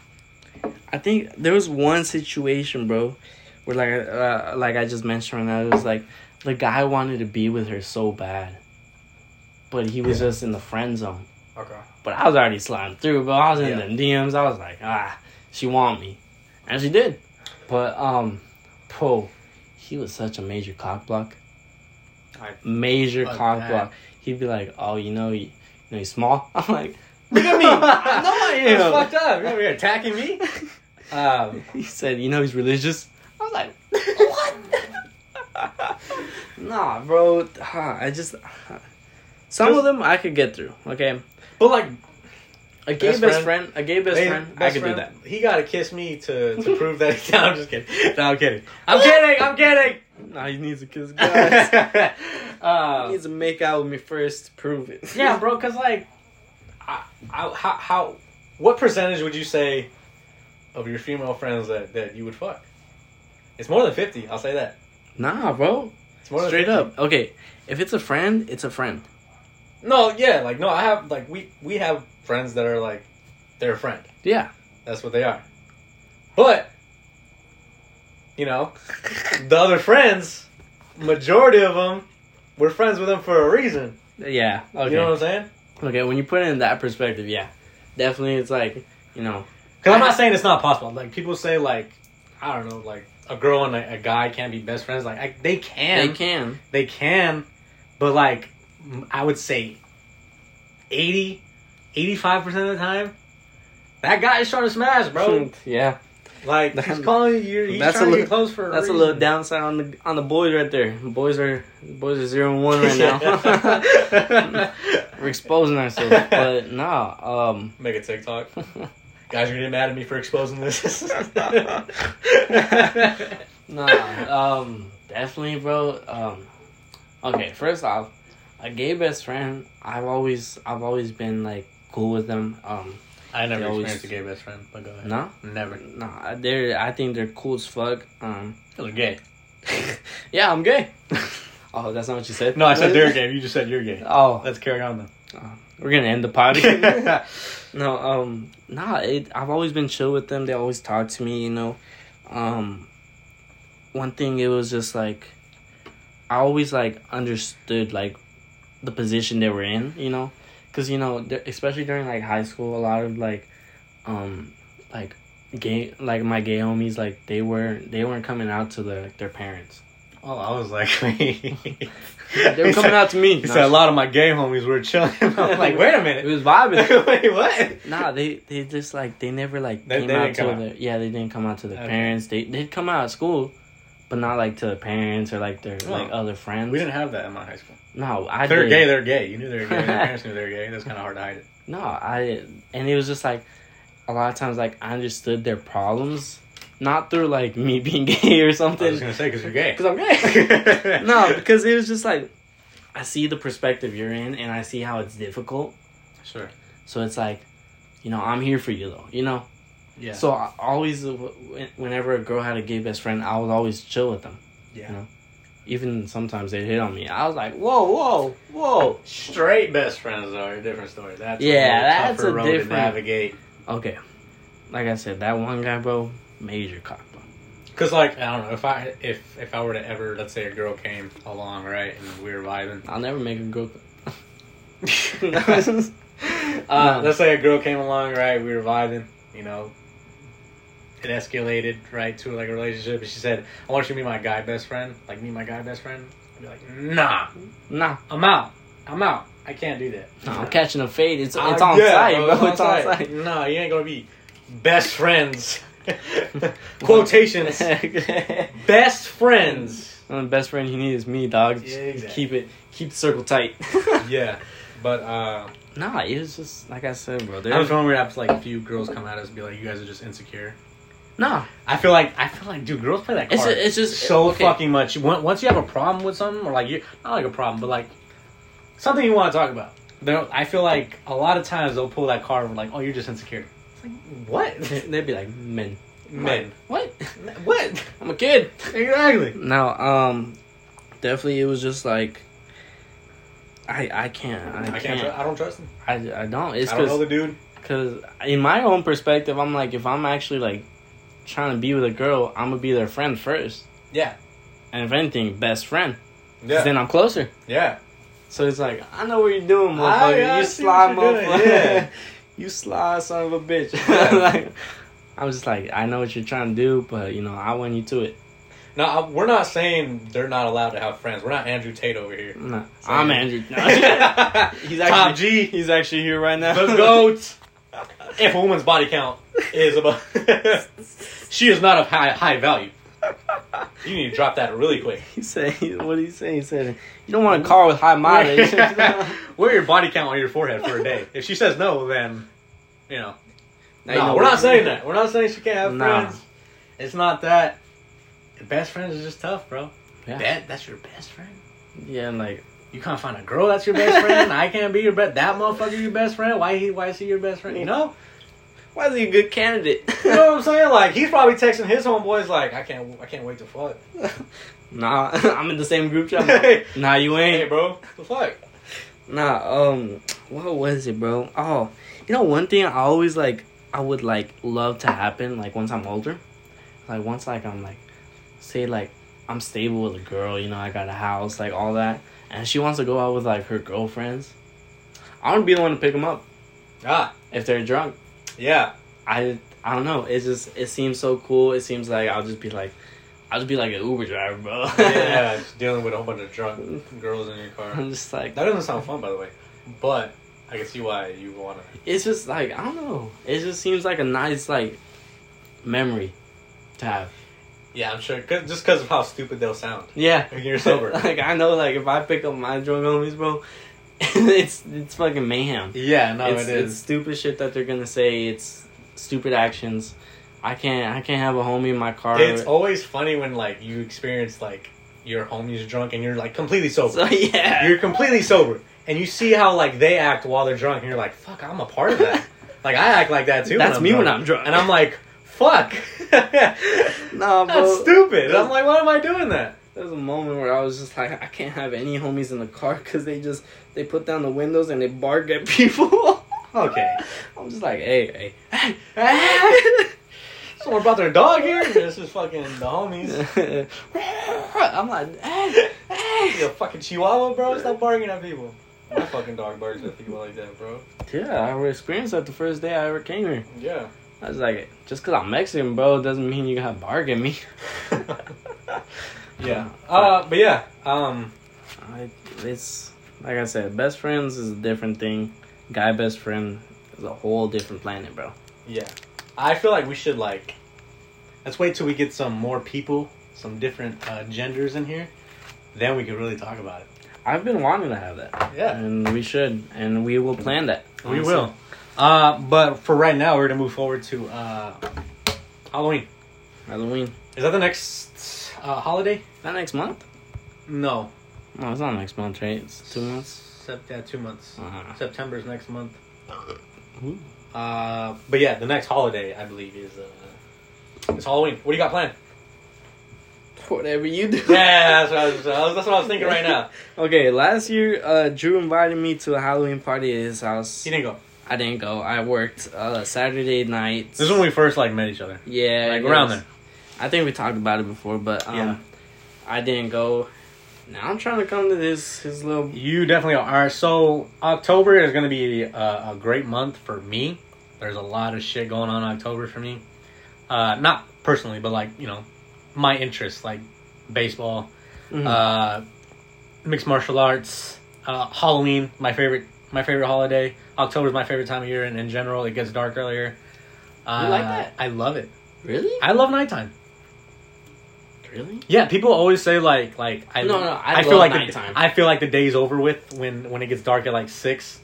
Speaker 2: i think there was one situation bro where like uh, like i just mentioned right now it was like the guy wanted to be with her so bad but he was just in the friend zone
Speaker 1: Okay.
Speaker 2: but i was already sliding through bro i was in
Speaker 1: Yeah.
Speaker 2: the dms i was like ah she want me and she did but um bro he was such a major cock block
Speaker 1: I-
Speaker 2: major
Speaker 1: Fuck
Speaker 2: cock
Speaker 1: that.
Speaker 2: block he'd be like oh you know you, you know he's small (laughs) i'm like look (laughs) at me i know i am
Speaker 1: It's fucked up. You're attacking
Speaker 2: (laughs)
Speaker 1: me. Um,
Speaker 2: He said, "You know he's religious." I was like, "What?" (laughs) nah, bro. huh, I just some of them I could get through. Okay,
Speaker 1: but like,
Speaker 2: a gay
Speaker 1: Best
Speaker 2: best, friend. a gay best
Speaker 1: they-
Speaker 2: friend, I
Speaker 1: best
Speaker 2: could
Speaker 1: friend,
Speaker 2: do that.
Speaker 1: He gotta kiss me to,
Speaker 2: (laughs)
Speaker 1: to prove that. (laughs) He, no, I'm just kidding. No, I'm kidding. I'm kidding. I'm kidding.
Speaker 2: (laughs) Nah, he needs to kiss guys. (laughs) he
Speaker 1: (laughs) um,
Speaker 2: needs to make out with me first to prove it.
Speaker 1: yeah, bro. Cause like, I, I, how, how, what percentage would you say of your female friends that that you would fuck? It's more than fifty. I'll say that.
Speaker 2: (laughs) nah, bro.
Speaker 1: It's more than
Speaker 2: Straight
Speaker 1: 50.
Speaker 2: up. Okay, if it's a friend, it's a friend.
Speaker 1: No, yeah, like no, I have like we we have friends that are like, they're a friend.
Speaker 2: Yeah.
Speaker 1: That's what they are. But you know, the other friends, majority of them, we're friends with them for a reason.
Speaker 2: (laughs) Yeah. Okay.
Speaker 1: You know what I'm saying?
Speaker 2: okay. When you put it in that perspective, yeah, definitely, it's like you know,
Speaker 1: Because I'm not saying it's not possible. Like people say, like I don't know, like a girl and a, a guy can't be best friends. Like I, they can,
Speaker 2: they can.
Speaker 1: they can, but like m- I would say 80, 85 percent of the time. That guy is trying to smash, bro.
Speaker 2: (laughs) yeah. (laughs)
Speaker 1: Like he's calling you. He's
Speaker 2: Hmm. That's a
Speaker 1: trying to
Speaker 2: little-
Speaker 1: get close for. A
Speaker 2: That's a
Speaker 1: reason.
Speaker 2: little downside on the on the boys right there. Boys are boys are zero and one (laughs) right now.
Speaker 1: (laughs)
Speaker 2: (laughs) We're exposing ourselves, but nah. Um,
Speaker 1: Make a TikTok.
Speaker 2: (laughs)
Speaker 1: Guys are gonna get mad at me for exposing this. (laughs)
Speaker 2: nah. Um, definitely, bro. Um, okay. First off, a gay best friend. I've always I've always been like cool with them. Um,
Speaker 1: I never
Speaker 2: They always-
Speaker 1: experienced a gay best friend, but go ahead.
Speaker 2: no,
Speaker 1: Never.
Speaker 2: nah. They're I think they're cool as fuck. Um, (laughs)
Speaker 1: They're gay.
Speaker 2: yeah, I'm gay. (laughs) oh, that's not what you said.
Speaker 1: No, I said they're gay. You just said you're gay.
Speaker 2: Oh,
Speaker 1: Let's carry on
Speaker 2: we're gonna end the
Speaker 1: (laughs)
Speaker 2: party.
Speaker 1: then.
Speaker 2: No, um, nah. It, I've always been chill with them. They always talk to me, you know. Um, one thing it was just like, I always like understood like, the position they were in, you know, because you know, th- especially during like high school, a lot of like, um, like gay, like my gay homies, like they were they weren't coming out to their their parents.
Speaker 1: oh, I was like, (laughs) wait.
Speaker 2: They were coming out to
Speaker 1: (laughs)
Speaker 2: me.
Speaker 1: He
Speaker 2: No,
Speaker 1: said a lot of my gay homies were chilling. (laughs)
Speaker 2: (laughs)
Speaker 1: I'm like, wait a
Speaker 2: It
Speaker 1: minute.
Speaker 2: was
Speaker 1: (laughs)
Speaker 2: vibing.
Speaker 1: wait, what?
Speaker 2: Nah, they they just like they never like
Speaker 1: They-
Speaker 2: came
Speaker 1: they
Speaker 2: out
Speaker 1: didn't
Speaker 2: to
Speaker 1: come out.
Speaker 2: their yeah they didn't come out to their
Speaker 1: Okay.
Speaker 2: parents. They they'd come out at school, but not like to their parents or like their like
Speaker 1: Oh.
Speaker 2: other friends.
Speaker 1: We didn't have that in my high school.
Speaker 2: no, I
Speaker 1: If they're
Speaker 2: did.
Speaker 1: gay. They're gay. You knew they were gay. Their
Speaker 2: (laughs)
Speaker 1: parents knew they were gay. That's kind of hard to hide it.
Speaker 2: No, I and it was just like a lot of times like I understood their problems, not through like me (laughs) being gay or
Speaker 1: I was
Speaker 2: something.
Speaker 1: gonna say because you're
Speaker 2: (laughs)
Speaker 1: gay.
Speaker 2: Because I'm gay.
Speaker 1: (laughs)
Speaker 2: no, because it was just like I see the perspective you're in and I see how it's difficult.
Speaker 1: Sure.
Speaker 2: So it's like, you know, I'm here for you though. You know.
Speaker 1: Yeah.
Speaker 2: So I always, wh- whenever a girl had a gay best friend, I would always chill with them.
Speaker 1: yeah.
Speaker 2: Even sometimes they hit on me. I was like, whoa, whoa, whoa.
Speaker 1: Straight best friends are a different story. That's
Speaker 2: Yeah,
Speaker 1: a
Speaker 2: that's
Speaker 1: that's tougher
Speaker 2: a
Speaker 1: road
Speaker 2: different-
Speaker 1: to navigate.
Speaker 2: Okay, like I said, that one guy, bro, major cock. bro.
Speaker 1: Cause like I don't know if I if if I were to ever let's say a girl came along right and we were vibing.
Speaker 2: I'll never make a girl. (laughs)
Speaker 1: (laughs) Uh,
Speaker 2: No.
Speaker 1: Let's say a girl came along right, we were vibing. You know, it escalated right to like a relationship. And she said, "I want you to be my guy best friend, like me, my guy best friend." I'd be like, "Nah,
Speaker 2: nah,
Speaker 1: I'm out. I'm out. I can't do that."
Speaker 2: nah, I'm catching a fade. It's
Speaker 1: Ah,
Speaker 2: it's on
Speaker 1: yeah,
Speaker 2: site,
Speaker 1: bro,
Speaker 2: bro. It's on
Speaker 1: site.
Speaker 2: site.
Speaker 1: No, you ain't gonna be best (laughs) friends. Quotations. best friends.
Speaker 2: And (laughs) the best friend you need is me, dog. Just
Speaker 1: Yeah, exactly.
Speaker 2: Keep it, keep the circle (laughs) tight.
Speaker 1: yeah, but uh,
Speaker 2: nah, it was just like I said, bro.
Speaker 1: I
Speaker 2: There
Speaker 1: was wrong where like a few girls come at us and be like, "You guys are just insecure."
Speaker 2: nah,
Speaker 1: I feel like I feel like dude, girls play that card
Speaker 2: it's a, it's just
Speaker 1: so
Speaker 2: okay.
Speaker 1: fucking much. Once once you have a problem with something, or like you not like a problem, but like something you want to talk about, they'll- I feel like a lot of times they'll pull that card and like, "Oh, you're just insecure." It's like what
Speaker 2: (laughs) They'd be like, (laughs) men,
Speaker 1: men?
Speaker 2: what?
Speaker 1: (laughs) What
Speaker 2: I'm a kid.
Speaker 1: exactly?
Speaker 2: No, um, definitely it was just like, I I can't I, can't,
Speaker 1: tr- I don't trust them.
Speaker 2: I, I don't. It's
Speaker 1: I don't know
Speaker 2: because
Speaker 1: the dude.
Speaker 2: because in my own perspective, I'm like if I'm actually like trying to be with a girl, I'm gonna be their friend first,
Speaker 1: Yeah,
Speaker 2: and if anything, best friend. 'Cause
Speaker 1: yeah,
Speaker 2: Then I'm closer.
Speaker 1: yeah.
Speaker 2: So it's like I know what you're doing,
Speaker 1: Ah,
Speaker 2: motherfucker.
Speaker 1: yeah, I
Speaker 2: you
Speaker 1: see what
Speaker 2: sly
Speaker 1: you're doing,
Speaker 2: motherfucker.
Speaker 1: yeah.
Speaker 2: (laughs) you sly son of a
Speaker 1: (laughs)
Speaker 2: bitch.
Speaker 1: Yeah.
Speaker 2: like, I'm just like I know what you're trying to do, but you know I want you to it.
Speaker 1: No, I- we're not saying they're not allowed to have friends. We're not Andrew Tate over here.
Speaker 2: Nah,
Speaker 1: So-
Speaker 2: I'm
Speaker 1: (laughs)
Speaker 2: Andrew. (laughs) No.
Speaker 1: He's
Speaker 2: He's
Speaker 1: top G.
Speaker 2: actually- He's actually here right now.
Speaker 1: the goat. If a woman's body count is about, (laughs) she is not of high high value. You need to drop that really quick.
Speaker 2: (laughs) He said, "What did he say?" He said, "You don't want a car with high
Speaker 1: (laughs)
Speaker 2: mileage." (laughs) now
Speaker 1: Wear your body count on your forehead for a day. If she says no, then you know.
Speaker 2: you
Speaker 1: no,
Speaker 2: know
Speaker 1: we're
Speaker 2: what-
Speaker 1: not saying that. We're not saying she can't have
Speaker 2: Nah.
Speaker 1: friends. It's not that. Best friends is just tough, bro.
Speaker 2: Yeah.
Speaker 1: That that's your best friend.
Speaker 2: Yeah, and like
Speaker 1: You can't find a girl that's your best friend. I can't be your best. That motherfucker your best friend. Why he? Why is he your best friend? You know.
Speaker 2: why is he a
Speaker 1: (laughs)
Speaker 2: good candidate? (laughs)
Speaker 1: You know what I'm saying? Like he's probably texting his homeboys like, I can't, I can't wait to fuck.
Speaker 2: nah, (laughs) I'm in the same group chat.
Speaker 1: (laughs) hey,
Speaker 2: nah, you ain't.
Speaker 1: bro, the fuck?
Speaker 2: Nah, um, what was it, bro? Oh, you know, one thing I always like, I would like love to happen, like once I'm older, like once like I'm like, say like I'm stable with a girl, you know, I got a house, like all that, and she wants to go out with like her girlfriends. I want to be the one to pick them up
Speaker 1: Ah,
Speaker 2: if they're drunk.
Speaker 1: yeah,
Speaker 2: I I don't know. It just it seems so cool. It seems like I'll just be like, I'll just be like an Uber driver, bro. (laughs)
Speaker 1: yeah. just dealing with a whole bunch of drunk girls in your car.
Speaker 2: I'm just like
Speaker 1: That doesn't sound fun, by the way, but I can see why you want to.
Speaker 2: it's just like I don't know. It just seems like a nice like memory to have.
Speaker 1: Yeah, I'm sure. Cause, just because of how stupid they'll sound
Speaker 2: Yeah.
Speaker 1: when you're sober.
Speaker 2: (laughs) like I know, like if I pick up my drunk homies, bro, (laughs) it's it's fucking mayhem.
Speaker 1: yeah,
Speaker 2: it's, It's stupid shit that they're gonna say. It's stupid actions. I can't. I can't have a homie in my car.
Speaker 1: It's always funny when like you experience like your homies drunk and you're like completely sober.
Speaker 2: (laughs) so yeah.
Speaker 1: you're completely sober and you see how like they act while they're drunk and you're like fuck i'm a part of that like i act like that too
Speaker 2: That's me when
Speaker 1: drunk.
Speaker 2: I'm drunk.
Speaker 1: and i'm like fuck that's
Speaker 2: (laughs) nah, bro.
Speaker 1: stupid And i'm like why am i doing that
Speaker 2: There was a moment where I was just like, I can't have any homies in the car because they just they put down the windows and they bark at (laughs) people.
Speaker 1: okay
Speaker 2: I'm just like, hey, hey, (laughs)
Speaker 1: so we're about their dog here this is fucking the homies
Speaker 2: hey. I'm like, (laughs) hey,
Speaker 1: (laughs) you a
Speaker 2: hey.
Speaker 1: fucking chihuahua bro stop barking at people my fucking dog barks at people like that bro
Speaker 2: Yeah, I experienced that the first day I ever came here.
Speaker 1: yeah
Speaker 2: I was like, just because I'm Mexican, bro, doesn't mean you gotta bark at me.
Speaker 1: yeah uh but yeah um
Speaker 2: I, it's like I said, best friends is a different thing. Guy best friend is a whole different planet, bro.
Speaker 1: Yeah. I feel like we should like let's wait till we get some more people, some different uh, genders in here. Then we can really talk about it.
Speaker 2: I've been wanting to have that, and we should, and we will plan that.
Speaker 1: We will. Uh but for right now we're gonna move forward to uh Halloween.
Speaker 2: Halloween.
Speaker 1: Is that the next uh holiday?
Speaker 2: Not next month?
Speaker 1: No.
Speaker 2: No, it's not next month, right? It's two months.
Speaker 1: Sep- yeah, two months.
Speaker 2: Uh-huh.
Speaker 1: September's next month.
Speaker 2: Ooh.
Speaker 1: Uh but yeah, the next holiday I believe is uh it's Halloween. What do you got planned?
Speaker 2: Whatever you do.
Speaker 1: Yeah, that's what I was, that's what I was thinking right now.
Speaker 2: (laughs) Okay, last year, uh, Drew invited me to a Halloween party at his house.
Speaker 1: He didn't go.
Speaker 2: I didn't go. I worked uh, Saturday night.
Speaker 1: This is when we first like met each other.
Speaker 2: Yeah,
Speaker 1: like
Speaker 2: it
Speaker 1: around
Speaker 2: was-
Speaker 1: there.
Speaker 2: I think we talked about it before, but um,
Speaker 1: Yeah.
Speaker 2: I didn't go. Now I'm trying to come to this his little.
Speaker 1: You definitely are. All right, so October is going to be a, a great month for me. There's a lot of shit going on in October for me. Uh, not personally, but like you know, my interests like baseball,
Speaker 2: Mhm.
Speaker 1: uh, mixed martial arts, uh, Halloween. My favorite, my favorite holiday. October is my favorite time of year, and in general, it gets dark earlier. Uh,
Speaker 2: like that?
Speaker 1: I love it.
Speaker 2: really?
Speaker 1: I love nighttime.
Speaker 2: Really?
Speaker 1: Yeah, people always say like like I
Speaker 2: No, no, I
Speaker 1: feel like
Speaker 2: love nighttime.
Speaker 1: The, I feel like the day's over with when when it gets dark at like six.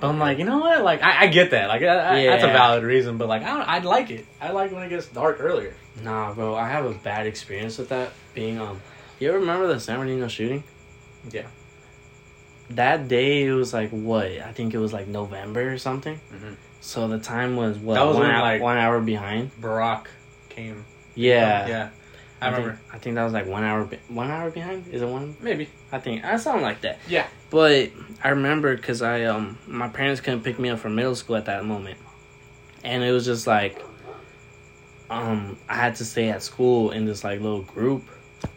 Speaker 1: But I'm like, you know what? Like, I, I get that. Like, I, I, that's a
Speaker 2: Yeah.
Speaker 1: valid reason. But like, I don't, I'd like it. I like when it gets dark earlier.
Speaker 2: Nah, bro. I have a bad experience with that. Being um, you ever remember the San Bernardino shooting?
Speaker 1: Yeah.
Speaker 2: That day it was like what? I think it was like November or something.
Speaker 1: Mhm.
Speaker 2: So the time was what?
Speaker 1: That was
Speaker 2: one,
Speaker 1: when,
Speaker 2: hou-
Speaker 1: like-
Speaker 2: one hour behind.
Speaker 1: Barack came.
Speaker 2: Yeah.
Speaker 1: yeah. I,
Speaker 2: think-
Speaker 1: remember.
Speaker 2: I think that was like one hour. Be- one hour behind. Is it one?
Speaker 1: Maybe.
Speaker 2: I think I sound like that.
Speaker 1: Yeah.
Speaker 2: But I remember because I um my parents couldn't pick me up from middle school at that moment, and it was just like, um I had to stay at school in this like little group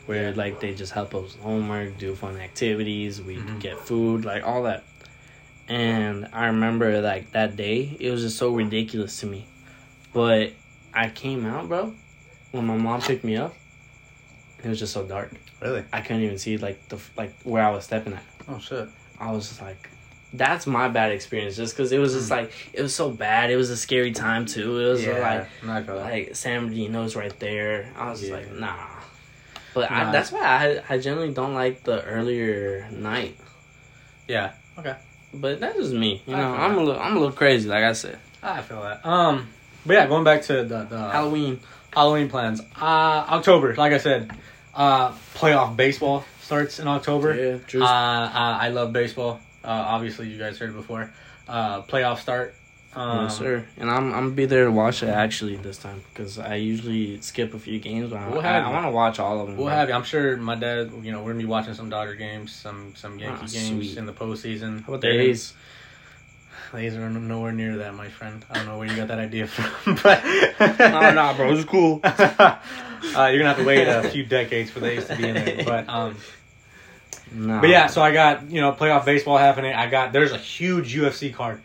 Speaker 2: where like they just help us with homework, do fun activities, we
Speaker 1: Mhm.
Speaker 2: get food, like all that. And I remember like that day, it was just so ridiculous to me, but I came out, bro, when my mom picked me up. It was just so dark.
Speaker 1: Really?
Speaker 2: I couldn't even see like the f- like where I was stepping at.
Speaker 1: Oh shit.
Speaker 2: I was just like, that's my bad experience, just because it was just
Speaker 1: Mm.
Speaker 2: like it was so bad. It was a scary time too. It was like
Speaker 1: No, I feel that.
Speaker 2: like San Bernardino's right there. I was just like,
Speaker 1: Yeah.
Speaker 2: nah. But I,
Speaker 1: Nah.
Speaker 2: that's why I I generally don't like the earlier night.
Speaker 1: Yeah. Okay.
Speaker 2: But that was me. You
Speaker 1: I
Speaker 2: know,
Speaker 1: feel
Speaker 2: I'm
Speaker 1: that.
Speaker 2: a little I'm a little crazy, like I said.
Speaker 1: I feel that. Um, but yeah, going back to the, the
Speaker 2: Halloween.
Speaker 1: Halloween plans. Uh, October, like I said, uh, playoff baseball starts in October.
Speaker 2: Yeah,
Speaker 1: Uh,
Speaker 2: Drew's-
Speaker 1: uh, I love baseball. Uh, obviously, you guys heard it before. Uh, playoff start. Um,
Speaker 2: yes, sir. And I'm I'm gonna be there to watch it actually this time because I usually skip a few games, but I-
Speaker 1: We'll
Speaker 2: I,
Speaker 1: have
Speaker 2: I
Speaker 1: you.
Speaker 2: want to watch all of them.
Speaker 1: We'll
Speaker 2: bro.
Speaker 1: have you. I'm sure my dad. You know, we're gonna be watching some Dodger games, some some Yankee
Speaker 2: Ah,
Speaker 1: games
Speaker 2: sweet.
Speaker 1: in the postseason.
Speaker 2: How about the
Speaker 1: They're-
Speaker 2: A's?
Speaker 1: The A's are nowhere near that, my friend. I don't know where you got that idea (laughs) from, but
Speaker 2: (laughs) nah,
Speaker 1: (laughs)
Speaker 2: nah, bro, it's cool.
Speaker 1: uh, you're gonna have to wait a few decades for the A's to be in there.
Speaker 2: (laughs)
Speaker 1: But um,
Speaker 2: Nah.
Speaker 1: but yeah, so I got you know playoff baseball happening. I got there's a huge UFC card,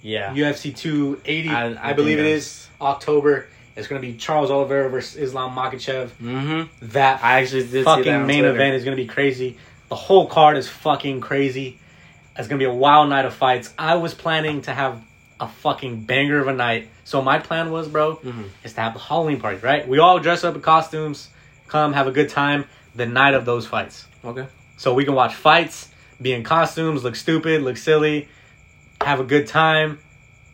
Speaker 2: yeah.
Speaker 1: UFC 280,
Speaker 2: I-
Speaker 1: I,
Speaker 2: I
Speaker 1: believe it
Speaker 2: think
Speaker 1: is October. It's gonna be Charles Oliveira versus Islam Makachev.
Speaker 2: Mm-hmm.
Speaker 1: That
Speaker 2: I actually did see that
Speaker 1: fucking
Speaker 2: on
Speaker 1: main
Speaker 2: Twitter.
Speaker 1: event is gonna be crazy. The whole card is fucking crazy. It's gonna be a wild night of fights. I was planning to have a fucking banger of a night. So my plan was, bro,
Speaker 2: Mhm.
Speaker 1: is to have the Halloween party, right? We all dress up in costumes, come have a good time the night of those fights.
Speaker 2: Okay.
Speaker 1: So we can watch fights, be in costumes, look stupid, look silly, have a good time,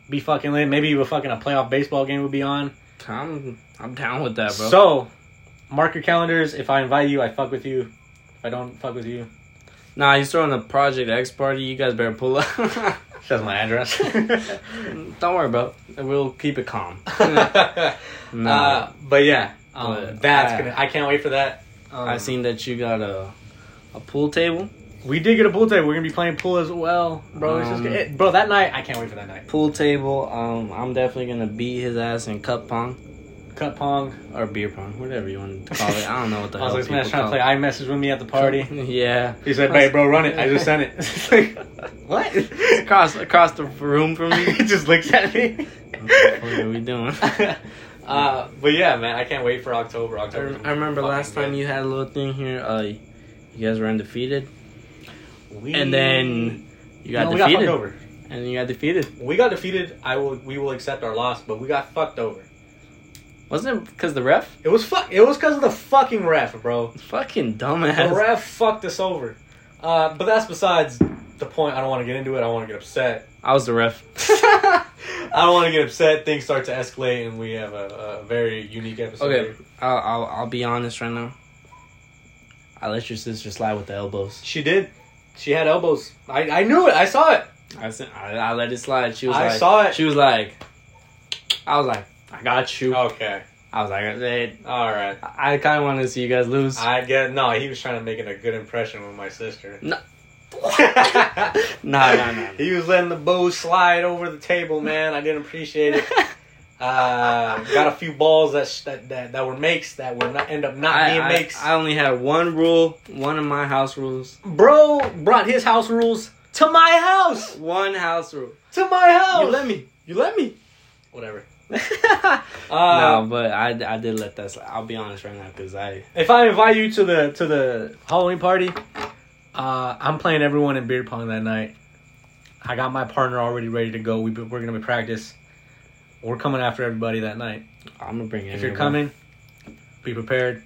Speaker 1: be fucking lit. Maybe even fucking a playoff baseball game would be on.
Speaker 2: I'm I'm down with that, bro.
Speaker 1: So, mark your calendars. If I invite you, I fuck with you. If I don't fuck with you,
Speaker 2: nah, he's throwing a Project X party. You guys better pull up. (laughs)
Speaker 1: says my address.
Speaker 2: Don't worry, bro. We'll keep
Speaker 1: (laughs)
Speaker 2: it calm. No,
Speaker 1: uh, but yeah, um,
Speaker 2: But
Speaker 1: that's
Speaker 2: I-
Speaker 1: gonna. I can't wait for that. Um,
Speaker 2: I seen that you got a a pool table,
Speaker 1: We did get a pool table. We're gonna be playing pool as well, bro. it's just
Speaker 2: Um,
Speaker 1: it, bro. That night, I can't wait for that night.
Speaker 2: pool table. Um, I'm definitely gonna beat his ass in cup pong
Speaker 1: Cut pong.
Speaker 2: or beer pong, whatever you want to call it. I don't know what
Speaker 1: (laughs)
Speaker 2: the
Speaker 1: I was
Speaker 2: hell
Speaker 1: like, this man's
Speaker 2: people
Speaker 1: trying to
Speaker 2: call
Speaker 1: play
Speaker 2: it.
Speaker 1: iMessage with me at the party.
Speaker 2: (laughs) yeah,
Speaker 1: He said, "Babe, bro, run it." I
Speaker 2: (laughs)
Speaker 1: just sent it. (laughs) It's like, what?
Speaker 2: across across the room
Speaker 1: (laughs)
Speaker 2: from me.
Speaker 1: he just looks at me. (laughs)
Speaker 2: what are we (laughs) doing?
Speaker 1: uh, but yeah, man, I can't wait for October.
Speaker 2: I,
Speaker 1: October.
Speaker 2: rem- I remember last time you had a little thing here. Uh, you guys were undefeated,
Speaker 1: We...
Speaker 2: and then you got
Speaker 1: No, we got
Speaker 2: defeated,
Speaker 1: fucked over.
Speaker 2: and you got defeated.
Speaker 1: We got defeated. I will. We will accept our loss, but we got fucked over.
Speaker 2: Wasn't it because the ref?
Speaker 1: It was fuck. It was because of the fucking ref,
Speaker 2: (laughs)
Speaker 1: bro.
Speaker 2: Fucking
Speaker 1: The
Speaker 2: dumbass.
Speaker 1: ref fucked us over. Uh, but that's besides the point. I don't want to get into it. I want to get upset. (laughs)
Speaker 2: I was the ref.
Speaker 1: I don't want to get upset. Things start to escalate, and we have a, a very unique episode.
Speaker 2: Okay.
Speaker 1: here.
Speaker 2: I'll, I'll I'll be honest right now. I let your sister slide with the elbows.
Speaker 1: She did. She had elbows. I, I knew it. I saw it.
Speaker 2: I said, I, I let it slide. She was
Speaker 1: I
Speaker 2: like,
Speaker 1: saw it.
Speaker 2: She was like, I was like, I got you.
Speaker 1: Okay.
Speaker 2: I was like, eh,
Speaker 1: All right.
Speaker 2: I kind of wanted to see you guys lose.
Speaker 1: I get. No, he was trying to make it a good impression with my sister. (laughs)
Speaker 2: No. Nah, nah, nah, nah.
Speaker 1: He was letting the bow slide over the table, man. I didn't appreciate it. Uh, got a few balls that sh- that, that that were makes that were not end up not
Speaker 2: I,
Speaker 1: being
Speaker 2: I,
Speaker 1: makes.
Speaker 2: I only had one rule, one of my house rules.
Speaker 1: Bro brought his house rules to my house.
Speaker 2: One house rule.
Speaker 1: To my house.
Speaker 2: You let me. You let me.
Speaker 1: (laughs) Whatever. Uh,
Speaker 2: no, but I, I did let that slide. I'll be honest right now because I.
Speaker 1: If I invite you to the to the Halloween party, uh, I'm playing everyone in beer pong that night. I got my partner already ready to go. We we're gonna be practice. We're coming after everybody that night.
Speaker 2: Mm-hmm. I'm gonna bring it.
Speaker 1: If you're coming, be prepared.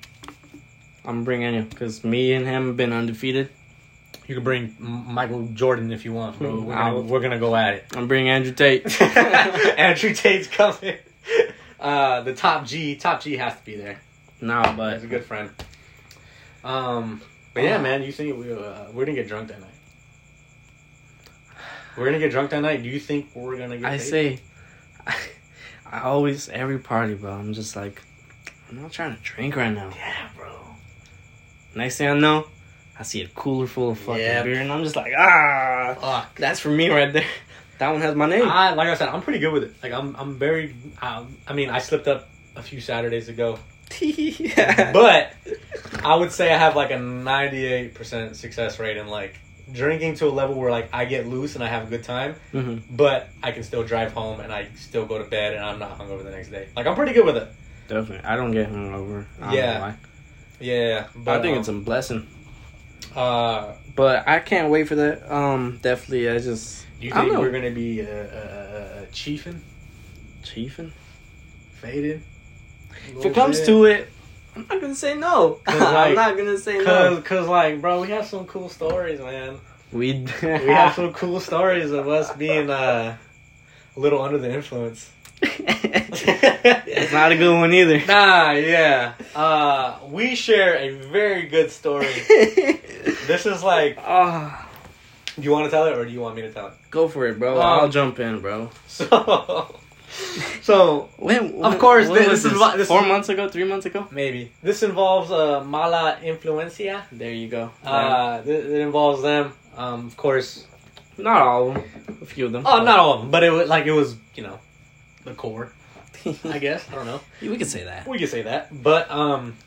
Speaker 2: I'm bringing you because me and him have been undefeated.
Speaker 1: You can bring M- Michael Jordan if you want, bro. We're
Speaker 2: I'll-
Speaker 1: gonna, we're gonna go at
Speaker 2: I'm bringing Andrew Tate. (laughs)
Speaker 1: it. (laughs) Andrew Tate's coming. Uh, the top G, top G has to be there.
Speaker 2: nah, but
Speaker 1: He's a good friend. Um, but yeah, man, you think we uh, we're gonna get drunk that night? We're gonna get drunk that night. Do you think we're gonna get?
Speaker 2: I
Speaker 1: paid?
Speaker 2: say, (laughs) I, always every party, bro. I'm just like, I'm not trying to drink right now.
Speaker 1: yeah, bro.
Speaker 2: Next thing I know, I see a cooler full of fucking
Speaker 1: Yep.
Speaker 2: beer, and I'm just like, ah,
Speaker 1: Fuck. Ah.
Speaker 2: that's for me right there. (laughs) That one has my
Speaker 1: (laughs)
Speaker 2: name. (laughs)
Speaker 1: I like I said, I'm pretty good with it. Like I'm, I'm very. Um, I mean, I slipped up a few Saturdays
Speaker 2: (laughs)
Speaker 1: ago, but I would say I have like a 98 percent success rate in like drinking to a level where like I get loose and I have a good time,
Speaker 2: hmm
Speaker 1: but I can still drive home and I still go to bed and I'm not hungover the next day. Like I'm pretty good with it.
Speaker 2: definitely, I don't get hungover. I don't
Speaker 1: Yeah.
Speaker 2: know why.
Speaker 1: Yeah,
Speaker 2: but I think
Speaker 1: um,
Speaker 2: it's a blessing.
Speaker 1: Uh,
Speaker 2: But I can't wait for that. Um, definitely, I just
Speaker 1: do you
Speaker 2: I
Speaker 1: think
Speaker 2: know.
Speaker 1: we're gonna be uh, uh, uh, chiefing,
Speaker 2: chiefing.
Speaker 1: faded?
Speaker 2: If it comes to it, I'm not gonna say no.
Speaker 1: 'Cause,
Speaker 2: (laughs) I'm
Speaker 1: like,
Speaker 2: not gonna say no.
Speaker 1: Cause, cause, like, bro, we have some cool stories, man.
Speaker 2: We
Speaker 1: we have some (laughs) cool stories of us being uh, a little under the influence.
Speaker 2: (laughs) it's not a good one either.
Speaker 1: Nah, (laughs) yeah. Uh, we share a very good (laughs) story.
Speaker 2: (laughs)
Speaker 1: this is like,
Speaker 2: oh,
Speaker 1: do you want to tell it or do you want me to tell it? (laughs)
Speaker 2: go for it, bro.
Speaker 1: Um,
Speaker 2: I'll jump in, bro.
Speaker 1: So, (laughs) so
Speaker 2: When,
Speaker 1: Of course, thi-
Speaker 2: was
Speaker 1: this is what- this
Speaker 2: four
Speaker 1: is-
Speaker 2: months ago, three months ago.
Speaker 1: maybe this involves uh, mala influencia.
Speaker 2: There you go.
Speaker 1: Uh, th- it involves them, um, of course.
Speaker 2: not all of them, a few of them.
Speaker 1: Oh,
Speaker 2: (laughs)
Speaker 1: not all of them, but it was like it was, you know, the core. I
Speaker 2: we
Speaker 1: guess I don't know.
Speaker 2: can say that.
Speaker 1: We could say that. But um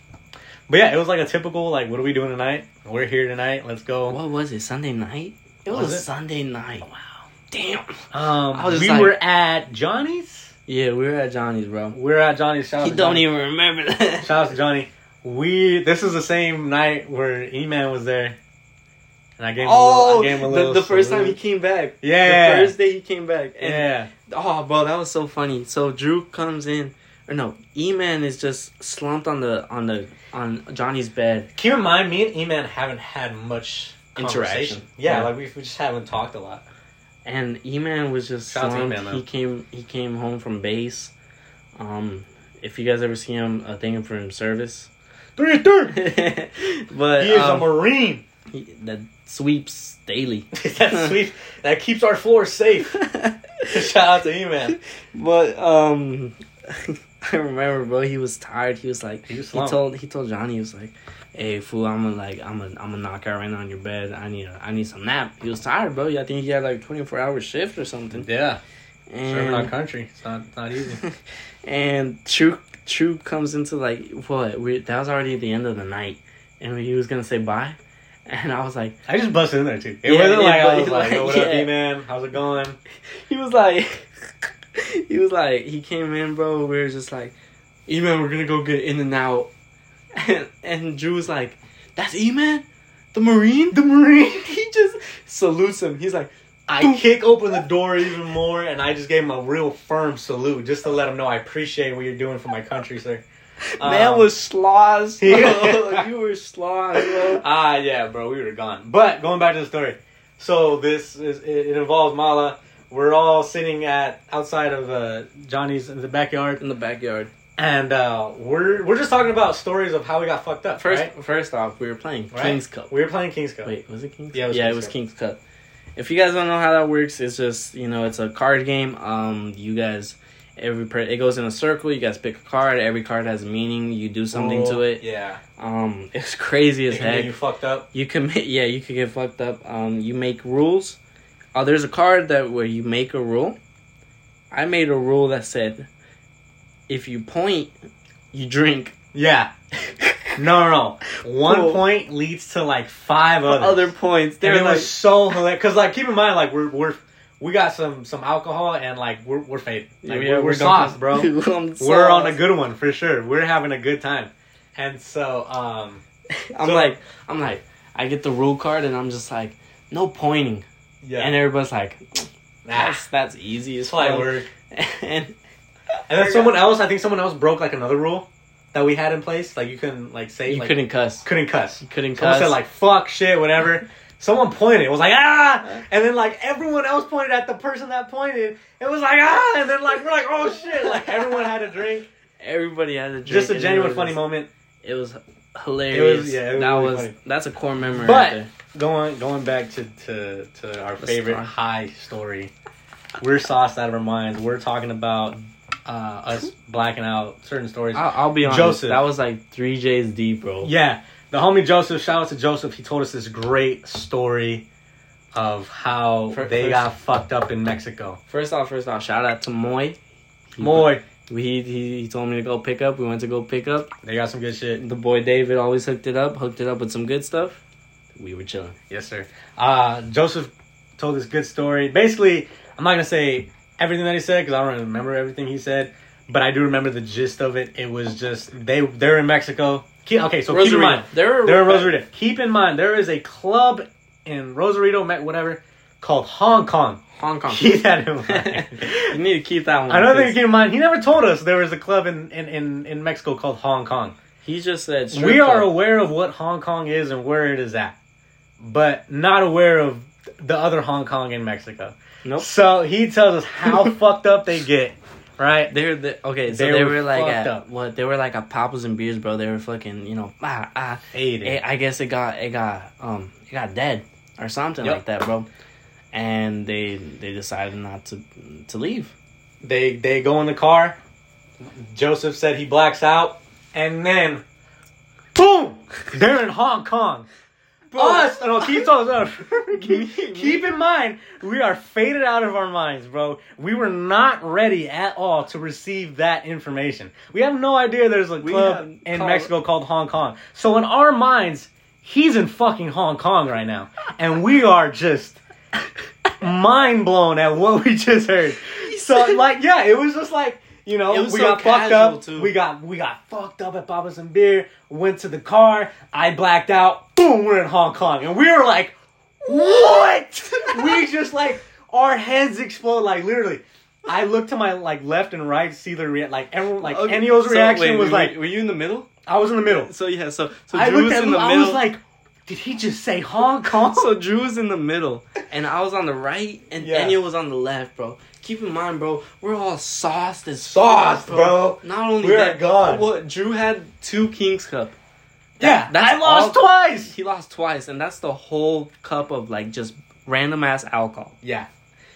Speaker 1: but yeah, it was like a typical like what are we doing tonight? We're here tonight. Let's go.
Speaker 2: What was it? Sunday night. It
Speaker 1: Was
Speaker 2: was,
Speaker 1: it?
Speaker 2: Sunday night. Wow. Damn.
Speaker 1: Um
Speaker 2: I was just
Speaker 1: we
Speaker 2: like-
Speaker 1: were at Johnny's.
Speaker 2: Yeah, we were at Johnny's, bro.
Speaker 1: We're at Johnny's shout out
Speaker 2: He
Speaker 1: to
Speaker 2: don't
Speaker 1: Johnny.
Speaker 2: even remember that.
Speaker 1: Shout out to Johnny. We this is the same night where E Man was there. And I gave him a little, I gave him a little
Speaker 2: Oh, the, the first time he
Speaker 1: salute.
Speaker 2: came back.
Speaker 1: Yeah.
Speaker 2: The first day he came back. And
Speaker 1: Yeah.
Speaker 2: Oh, bro, that was so funny. So Drew comes in, or no, E Man is just slumped on the on the on Johnny's bed.
Speaker 1: Keep in mind me and E Man haven't had much
Speaker 2: Interaction.
Speaker 1: interaction. Yeah,
Speaker 2: Yeah.
Speaker 1: like we, we just haven't talked a lot.
Speaker 2: and E-Man was just
Speaker 1: Shout out to
Speaker 2: slumped.
Speaker 1: E-Man,
Speaker 2: he
Speaker 1: though.
Speaker 2: came he came home from base. Um, if you guys ever see him, uh, thank him for his service. (laughs)
Speaker 1: Three third.
Speaker 2: but
Speaker 1: He is
Speaker 2: um,
Speaker 1: a marine.
Speaker 2: he, that sweeps daily.
Speaker 1: That's
Speaker 2: (laughs)
Speaker 1: sweet. (laughs) That keeps our floor safe. (laughs) Shout out to E Man.
Speaker 2: but um, (laughs) I remember, bro. He was tired. He was like,
Speaker 1: He
Speaker 2: he,
Speaker 1: was slumped.
Speaker 2: told he told Johnny he was like, "Hey, fool, I'm gonna like I'm gonna I'm gonna knock out right now on your bed. I need a, I need some nap." He was tired, bro. I think he had like 24 hour shift or something.
Speaker 1: Yeah, serving our
Speaker 2: And
Speaker 1: country. It's not it's not easy.
Speaker 2: (laughs) and True True comes into like what we that was already the end of the night, and he was gonna say bye, and I was like,
Speaker 1: I just busted in there too. It
Speaker 2: Yeah,
Speaker 1: wasn't
Speaker 2: yeah,
Speaker 1: like I
Speaker 2: but-
Speaker 1: was like, "Yo, what up,
Speaker 2: yeah.
Speaker 1: E Man? How's it going?"
Speaker 2: he was like, (laughs) he was like, he came in, bro. We were just like, E Man, we're gonna go get in and out, (laughs) and and Drew was like, that's E Man, the Marine, the Marine. (laughs) He just salutes him. He's like,
Speaker 1: I kick open the door even more, and I just gave him a real firm salute just to let him know I appreciate what you're doing for my country, sir.
Speaker 2: man
Speaker 1: Um,
Speaker 2: was (laughs) sloths, bro.
Speaker 1: Yeah.
Speaker 2: you were sloths, bro.
Speaker 1: Ah, yeah, bro, we were gone. But going back to the story, so this is it, it involves Mala. We're all sitting at outside of uh, Johnny's in the backyard,
Speaker 2: In the backyard.
Speaker 1: and uh, we're we're just talking about stories of how we got fucked up.
Speaker 2: First,
Speaker 1: right?
Speaker 2: first off, we were playing
Speaker 1: Right?
Speaker 2: Kings Cup.
Speaker 1: we were playing King's Cup.
Speaker 2: Wait, was it King's
Speaker 1: Yeah, it was
Speaker 2: yeah,
Speaker 1: King's
Speaker 2: it was
Speaker 1: Cup.
Speaker 2: King's Cup. If you guys don't know how that works, it's just you know it's a card game. Um, you guys, every per- it goes in a circle. You guys pick a card. Every card has a meaning. You do something to
Speaker 1: Well,
Speaker 2: it.
Speaker 1: Yeah,
Speaker 2: Um, (laughs) it's crazy as
Speaker 1: It can get
Speaker 2: heck.
Speaker 1: you fucked up.
Speaker 2: You can ma- yeah, you could get fucked up. Um, you make rules. Uh, there's a card that where you make a rule. I made a rule that said, if you point,
Speaker 1: (laughs)
Speaker 2: you drink.
Speaker 1: Yeah, no, no, no. One
Speaker 2: Cool.
Speaker 1: point leads to like five others.
Speaker 2: (laughs) Other points.
Speaker 1: and
Speaker 2: They're
Speaker 1: it
Speaker 2: like,
Speaker 1: was so hilarious because, like, keep in mind, like we're we're we got some some alcohol and like we're we're faded. Like, we're, (laughs) we're sauced, bro.
Speaker 2: (laughs) we're
Speaker 1: We're on a
Speaker 2: sauced.
Speaker 1: good one for sure. We're having a good time, and so um
Speaker 2: I'm
Speaker 1: So-
Speaker 2: like, I'm like, I get the rule card, and I'm just like, no pointing,
Speaker 1: yeah,
Speaker 2: and everybody's like,
Speaker 1: nah,
Speaker 2: that's that's easy as
Speaker 1: it's like
Speaker 2: fuck.
Speaker 1: we're
Speaker 2: (laughs) And
Speaker 1: and then someone else. I think someone else broke like another rule that we had in place. Like you couldn't like say
Speaker 2: You
Speaker 1: like,
Speaker 2: couldn't cuss.
Speaker 1: couldn't cuss.
Speaker 2: You couldn't
Speaker 1: Someone
Speaker 2: cuss.
Speaker 1: said like fuck shit whatever. Someone pointed. It was like ah, and then like everyone else pointed at the person that pointed. It was like ah, and then like we're like oh shit. Like everyone had a drink.
Speaker 2: Everybody had a (laughs) drink.
Speaker 1: Just a
Speaker 2: and it
Speaker 1: genuine
Speaker 2: was-
Speaker 1: funny moment.
Speaker 2: It was hilarious.
Speaker 1: yeah, it was
Speaker 2: that
Speaker 1: really
Speaker 2: was
Speaker 1: funny.
Speaker 2: that's a core memory.
Speaker 1: But-
Speaker 2: right there.
Speaker 1: Going going back to to, to our
Speaker 2: Let's
Speaker 1: favorite
Speaker 2: start.
Speaker 1: high story. We're sauced out of our minds. We're talking about uh, us blacking out certain stories.
Speaker 2: I'll, I'll be honest.
Speaker 1: Joseph.
Speaker 2: That was like three J's deep, bro.
Speaker 1: Yeah, the homie Joseph. Shout out to Joseph. He told us this great story of how
Speaker 2: Fir-
Speaker 1: they
Speaker 2: first-
Speaker 1: got fucked up in Mexico.
Speaker 2: First off, first off, shout out to Moy. He-
Speaker 1: Moy,
Speaker 2: He, he he told me to go pick up. We went to go pick up.
Speaker 1: they got some good shit.
Speaker 2: The boy David always hooked it up. Hooked it up with some good stuff. We were chilling.
Speaker 1: Yes, sir. Uh, Joseph told this good story. Basically, I'm not gonna say everything that he said because I don't really remember everything he said, but I do remember the gist of it. It was just they they're in Mexico. Keep, okay, so keep in mind
Speaker 2: They're,
Speaker 1: They're in Rosarito. Keep in mind, there is a club in Rosarito, Me- whatever, called Hong Kong.
Speaker 2: Hong
Speaker 1: (laughs)
Speaker 2: Kong.
Speaker 1: Keep that in
Speaker 2: you (laughs)
Speaker 1: mind.
Speaker 2: need to keep that one.
Speaker 1: Another thing to
Speaker 2: 'cause
Speaker 1: keep in mind, he never told us there was a club in, in, in, in Mexico called Hong Kong.
Speaker 2: He just said strip
Speaker 1: we are
Speaker 2: club.
Speaker 1: aware of what Hong Kong is and where it is at, but not aware of the other Hong Kong in Mexico.
Speaker 2: Nope.
Speaker 1: So he tells us how (laughs) fucked up they get, right?
Speaker 2: They were the, okay, so
Speaker 1: They
Speaker 2: they,
Speaker 1: were
Speaker 2: were, like
Speaker 1: fucked
Speaker 2: at,
Speaker 1: up.
Speaker 2: what they were like at Papa's and beers, bro. They were fucking, you know, ah ah.
Speaker 1: Ate
Speaker 2: It,
Speaker 1: it.
Speaker 2: I guess it got it got um it got dead or something
Speaker 1: Yep.
Speaker 2: like that, bro. And they they decided not to to leave.
Speaker 1: They they go in the car. Joseph said he blacks out, and then, boom! They're in Hong Kong. Us,
Speaker 2: (laughs)
Speaker 1: no, keep, told us- keep, keep in mind, we are faded out of our minds, bro. We were not ready at all to receive that information. We have no idea there's a
Speaker 2: We
Speaker 1: club
Speaker 2: have
Speaker 1: in
Speaker 2: called-
Speaker 1: Mexico called Hong Kong. So in our minds, he's in fucking Hong Kong right now, and we are just mind blown at what we just heard. So like, yeah, it was just like you know,
Speaker 2: It was
Speaker 1: we
Speaker 2: so
Speaker 1: got fucked
Speaker 2: casual,
Speaker 1: up.
Speaker 2: too.
Speaker 1: We got we got fucked up at Papa's and beer. Went to the car. I blacked out. Boom, we're in Hong Kong, and we were like,
Speaker 2: (laughs)
Speaker 1: what? we just like our heads explode. Like literally, I look to my like left and right, see the rea- like everyone like
Speaker 2: Okay,
Speaker 1: Enio's
Speaker 2: so
Speaker 1: reaction
Speaker 2: wait,
Speaker 1: was
Speaker 2: were-
Speaker 1: like
Speaker 2: were you in the middle?
Speaker 1: I was in the middle.
Speaker 2: So yeah, so so
Speaker 1: I
Speaker 2: Drew
Speaker 1: looked
Speaker 2: was
Speaker 1: at
Speaker 2: in
Speaker 1: him.
Speaker 2: the
Speaker 1: I
Speaker 2: middle.
Speaker 1: was like, did he just say Hong
Speaker 2: (laughs)
Speaker 1: Kong?
Speaker 2: so Drew was in the middle, and I was on the right, and
Speaker 1: Yeah.
Speaker 2: Daniel was on the left, bro. Keep in mind, bro, we're all sauced as
Speaker 1: Sauced,
Speaker 2: fuck,
Speaker 1: bro.
Speaker 2: Not only
Speaker 1: We are
Speaker 2: that,
Speaker 1: gone.
Speaker 2: What Drew had two Kings Cup.
Speaker 1: yeah,
Speaker 2: that's
Speaker 1: I lost
Speaker 2: all-
Speaker 1: twice.
Speaker 2: He lost twice, and that's the whole cup of like just random ass alcohol.
Speaker 1: Yeah,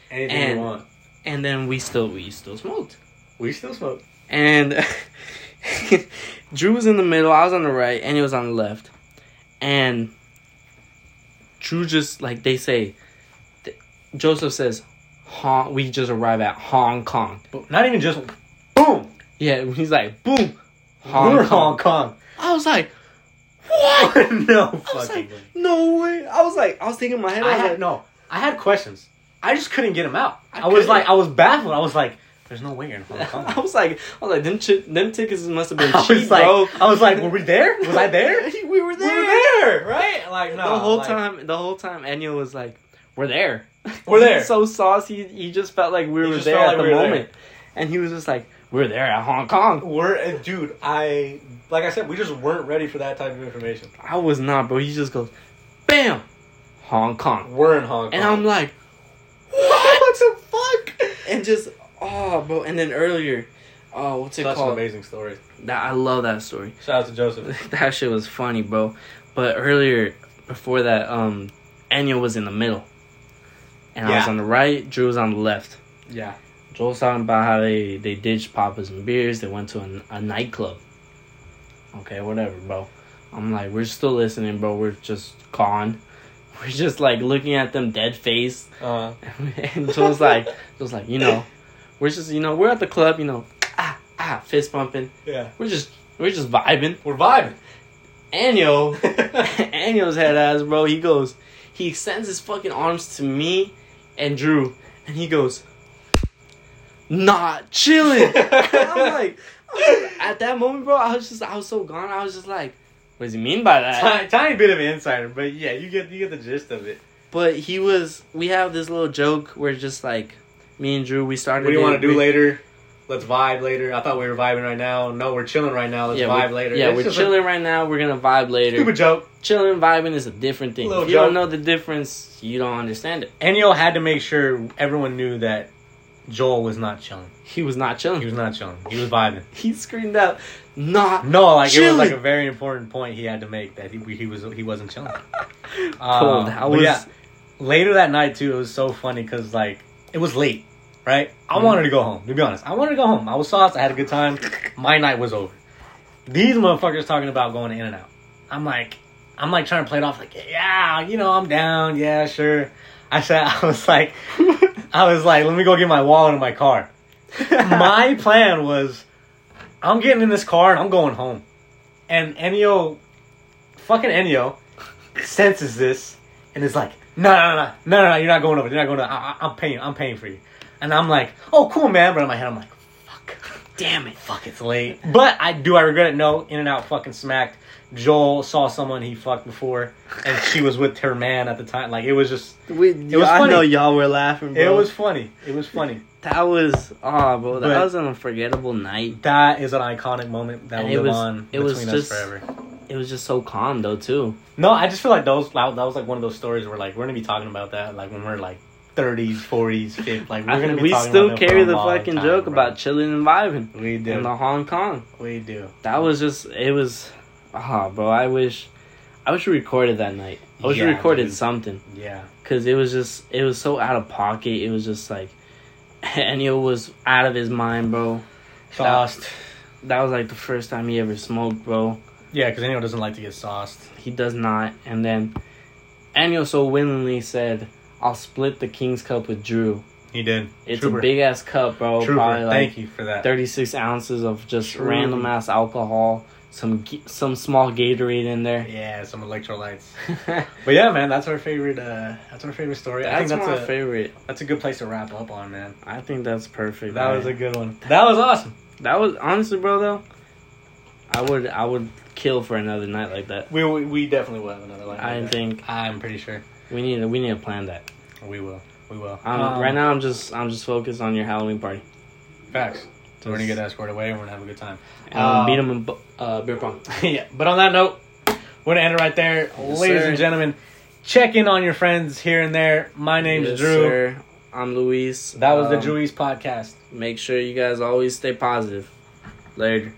Speaker 1: anything
Speaker 2: you And- want. And then we still we still smoked.
Speaker 1: We still smoke.
Speaker 2: and (laughs) Drew was in the middle. I was on the right, and he was on the left. And Drew just like they say, th- Joseph says, "Hong." We just arrived at Hong Kong.
Speaker 1: Not even just boom.
Speaker 2: Yeah, (laughs) he's like, "Boom,
Speaker 1: we
Speaker 2: Hong
Speaker 1: were
Speaker 2: Kong."
Speaker 1: Hong Kong.
Speaker 2: I was like,
Speaker 1: (laughs)
Speaker 2: "What?"
Speaker 1: no
Speaker 2: I was
Speaker 1: fucking.
Speaker 2: like,
Speaker 1: way.
Speaker 2: "No way!" I was like, I was thinking in my head, I,
Speaker 1: I
Speaker 2: was
Speaker 1: had
Speaker 2: like,
Speaker 1: no. I had questions. I just couldn't get them out. I,
Speaker 2: I
Speaker 1: was
Speaker 2: couldn't.
Speaker 1: like, I was baffled. I was like, "There's no way you're in
Speaker 2: (laughs)
Speaker 1: Hong
Speaker 2: I
Speaker 1: Kong."
Speaker 2: was like, I was like, them, chi- them tickets must have been
Speaker 1: (laughs) I
Speaker 2: cheap,
Speaker 1: was
Speaker 2: (laughs)
Speaker 1: like,
Speaker 2: bro.
Speaker 1: I was like, "Were we there? Was I there?"
Speaker 2: (laughs)
Speaker 1: (laughs)
Speaker 2: we were
Speaker 1: We
Speaker 2: there.
Speaker 1: there, right? Like
Speaker 2: the whole
Speaker 1: like-
Speaker 2: time, the whole time, Enya was like, "We're there,
Speaker 1: We're
Speaker 2: (laughs) He
Speaker 1: there.
Speaker 2: was so saucy, he just felt like we were
Speaker 1: just
Speaker 2: there
Speaker 1: felt like
Speaker 2: at the
Speaker 1: we were there.
Speaker 2: moment, and he was just like, "We're there at Hong Kong."
Speaker 1: We're uh, dude. I like I said, we just weren't ready for that type of information.
Speaker 2: I was not, bro. He just goes, "Bam, Hong Kong,"
Speaker 1: We're in Hong Kong,
Speaker 2: and I'm like,
Speaker 1: (laughs) what the fuck?
Speaker 2: and just oh, bro. And then earlier, oh, what's it
Speaker 1: Such an
Speaker 2: called?
Speaker 1: amazing story.
Speaker 2: That I love that story. (laughs)
Speaker 1: Shout out to Joseph.
Speaker 2: that shit was funny, bro. But earlier, before that, um, Enya was in the middle, and I was
Speaker 1: Yeah.
Speaker 2: on the right. Drew was on the left.
Speaker 1: Yeah,
Speaker 2: Joel's talking about how they, they ditched Papas and beers. They went to a, a nightclub. Okay, whatever, bro. I'm like, we're still listening, bro. We're just gone. (laughs) We're just like looking at them dead face. (laughs)
Speaker 1: (laughs) uh,
Speaker 2: and Joel's like, Joel's like, you know, we're just, you know, we're at the club, you know, ah, ah, fist pumping.
Speaker 1: (laughs) yeah.
Speaker 2: We're just, we're just vibing.
Speaker 1: We're vibing.
Speaker 2: And yo, (laughs) Anio's head ass, bro. He goes, he extends his fucking arms to me and Drew, and he goes, not chilling. (laughs) And I'm like, I'm like- at that moment, bro, I was just, I was so gone. I was just like, what does he mean by
Speaker 1: (laughs)
Speaker 2: that?
Speaker 1: Tiny, tiny bit of insider, but yeah, you get you get the gist of it.
Speaker 2: But he was, we have this little joke where just like, me and Drew, we started.
Speaker 1: What do you
Speaker 2: it-
Speaker 1: want to do
Speaker 2: we-
Speaker 1: later? Let's vibe later. I thought we were vibing right now. No, we're chilling right now. Let's
Speaker 2: yeah,
Speaker 1: vibe
Speaker 2: we're,
Speaker 1: later.
Speaker 2: Yeah,
Speaker 1: It's
Speaker 2: we're
Speaker 1: just a
Speaker 2: chilling right now. We're gonna vibe later.
Speaker 1: Stupid joke.
Speaker 2: Chilling, vibing is a different thing.
Speaker 1: Little
Speaker 2: If you don't
Speaker 1: joke.
Speaker 2: know the difference, you don't understand it.
Speaker 1: Enyo had to make sure everyone knew that Joel was not chilling.
Speaker 2: He was not chilling.
Speaker 1: He was not chilling. He was vibing.
Speaker 2: He screamed out, "Not
Speaker 1: No, like it was like
Speaker 2: Chilling.
Speaker 1: a very important point he had to make that he, he was he wasn't chilling.
Speaker 2: cold."
Speaker 1: Um,
Speaker 2: I
Speaker 1: but
Speaker 2: was
Speaker 1: yeah, later that night too. It was so funny because like it was late, right? I
Speaker 2: Mhm.
Speaker 1: wanted to go home. To be honest, I wanted to go home. I was sauced. I had a good time. My night was over. These motherfuckers talking about going to In and Out. I'm like, I'm like trying to play it off like, yeah, you know, I'm down. Yeah, sure. I said, (laughs) I was like, I was like, let me go get my wallet in my car. (laughs) My plan was, I'm getting in this car and I'm going home. And Enyo, fucking Enyo, senses this and is like, no, no, no, no, no, no, you're not going over. You're not going over. I, I, I'm paying. I'm paying for you. And I'm like, oh, cool, man. But in my head, I'm like, fuck, damn it, fuck, it's late. But I do. I regret it. No, In and Out fucking smacked. Joel saw someone he fucked before, and she was with her man at the time. Like it was just,
Speaker 2: we,
Speaker 1: was
Speaker 2: I
Speaker 1: funny.
Speaker 2: know y'all were laughing. Bro.
Speaker 1: it was funny. It was funny.
Speaker 2: that was ah, bro. That
Speaker 1: But-
Speaker 2: was an unforgettable night.
Speaker 1: That is an iconic moment that
Speaker 2: And
Speaker 1: will
Speaker 2: it
Speaker 1: live
Speaker 2: was-
Speaker 1: on
Speaker 2: it
Speaker 1: between
Speaker 2: was
Speaker 1: us
Speaker 2: just-
Speaker 1: forever.
Speaker 2: It was just so calm though too.
Speaker 1: No, I just feel like those. That that was like one of those stories where like we're gonna be talking about that like when we're like. 30s, 40s, 50s. Like we're
Speaker 2: I
Speaker 1: gonna
Speaker 2: think
Speaker 1: be
Speaker 2: we
Speaker 1: talking
Speaker 2: still
Speaker 1: about them for
Speaker 2: carry
Speaker 1: a
Speaker 2: the
Speaker 1: long
Speaker 2: fucking
Speaker 1: time,
Speaker 2: joke
Speaker 1: bro.
Speaker 2: about chilling and vibing
Speaker 1: We do.
Speaker 2: in the Hong Kong.
Speaker 1: We do.
Speaker 2: That was just it was ah, bro. I wish, I wish we recorded that night. I wish we
Speaker 1: Yeah,
Speaker 2: recorded
Speaker 1: dude.
Speaker 2: something
Speaker 1: Yeah.
Speaker 2: because it was just it was so out of pocket. It was just like, (laughs) Enio was out of his mind, bro.
Speaker 1: Sauced.
Speaker 2: That was like the first time he ever smoked, bro.
Speaker 1: Yeah, because anyone doesn't like to get sauced.
Speaker 2: He does not. And then Anio so willingly said, I'll split the King's Cup with Drew.
Speaker 1: He did.
Speaker 2: It's
Speaker 1: Trooper.
Speaker 2: a big ass cup, bro.
Speaker 1: Trooper.
Speaker 2: Probably like
Speaker 1: Thank you for that.
Speaker 2: 36 ounces of just
Speaker 1: Trooper.
Speaker 2: random ass alcohol, some g- some small Gatorade in there.
Speaker 1: (laughs) Yeah, some electrolytes.
Speaker 2: that's
Speaker 1: But yeah, man, that's our favorite. Uh, that's our favorite story. I think that's
Speaker 2: my
Speaker 1: a
Speaker 2: favorite.
Speaker 1: that's a good place to wrap up on, man.
Speaker 2: I think that's perfect.
Speaker 1: That
Speaker 2: man.
Speaker 1: was a good one. That was awesome.
Speaker 2: that was honestly, bro. Though, I would I would kill for another night like that.
Speaker 1: We we, we definitely will have another one.
Speaker 2: I think
Speaker 1: I'm pretty sure
Speaker 2: we need to, we need to plan that.
Speaker 1: we will. We will.
Speaker 2: Um, right now, I'm just I'm just focused on your Halloween party.
Speaker 1: facts. So we're gonna
Speaker 2: Just-
Speaker 1: get that squared away, and we're gonna have a good time. (laughs)
Speaker 2: And um,
Speaker 1: Um,
Speaker 2: beat him in bu- uh, beer pong.
Speaker 1: yeah, but on that note, we're gonna end it right there,
Speaker 2: Yes,
Speaker 1: ladies
Speaker 2: sir.
Speaker 1: and gentlemen. Check in on your friends here and there. My name's
Speaker 2: Yes,
Speaker 1: Drew.
Speaker 2: sir. I'm Luis.
Speaker 1: That was the
Speaker 2: Um,
Speaker 1: Drewies podcast.
Speaker 2: Make sure you guys always stay positive. Later.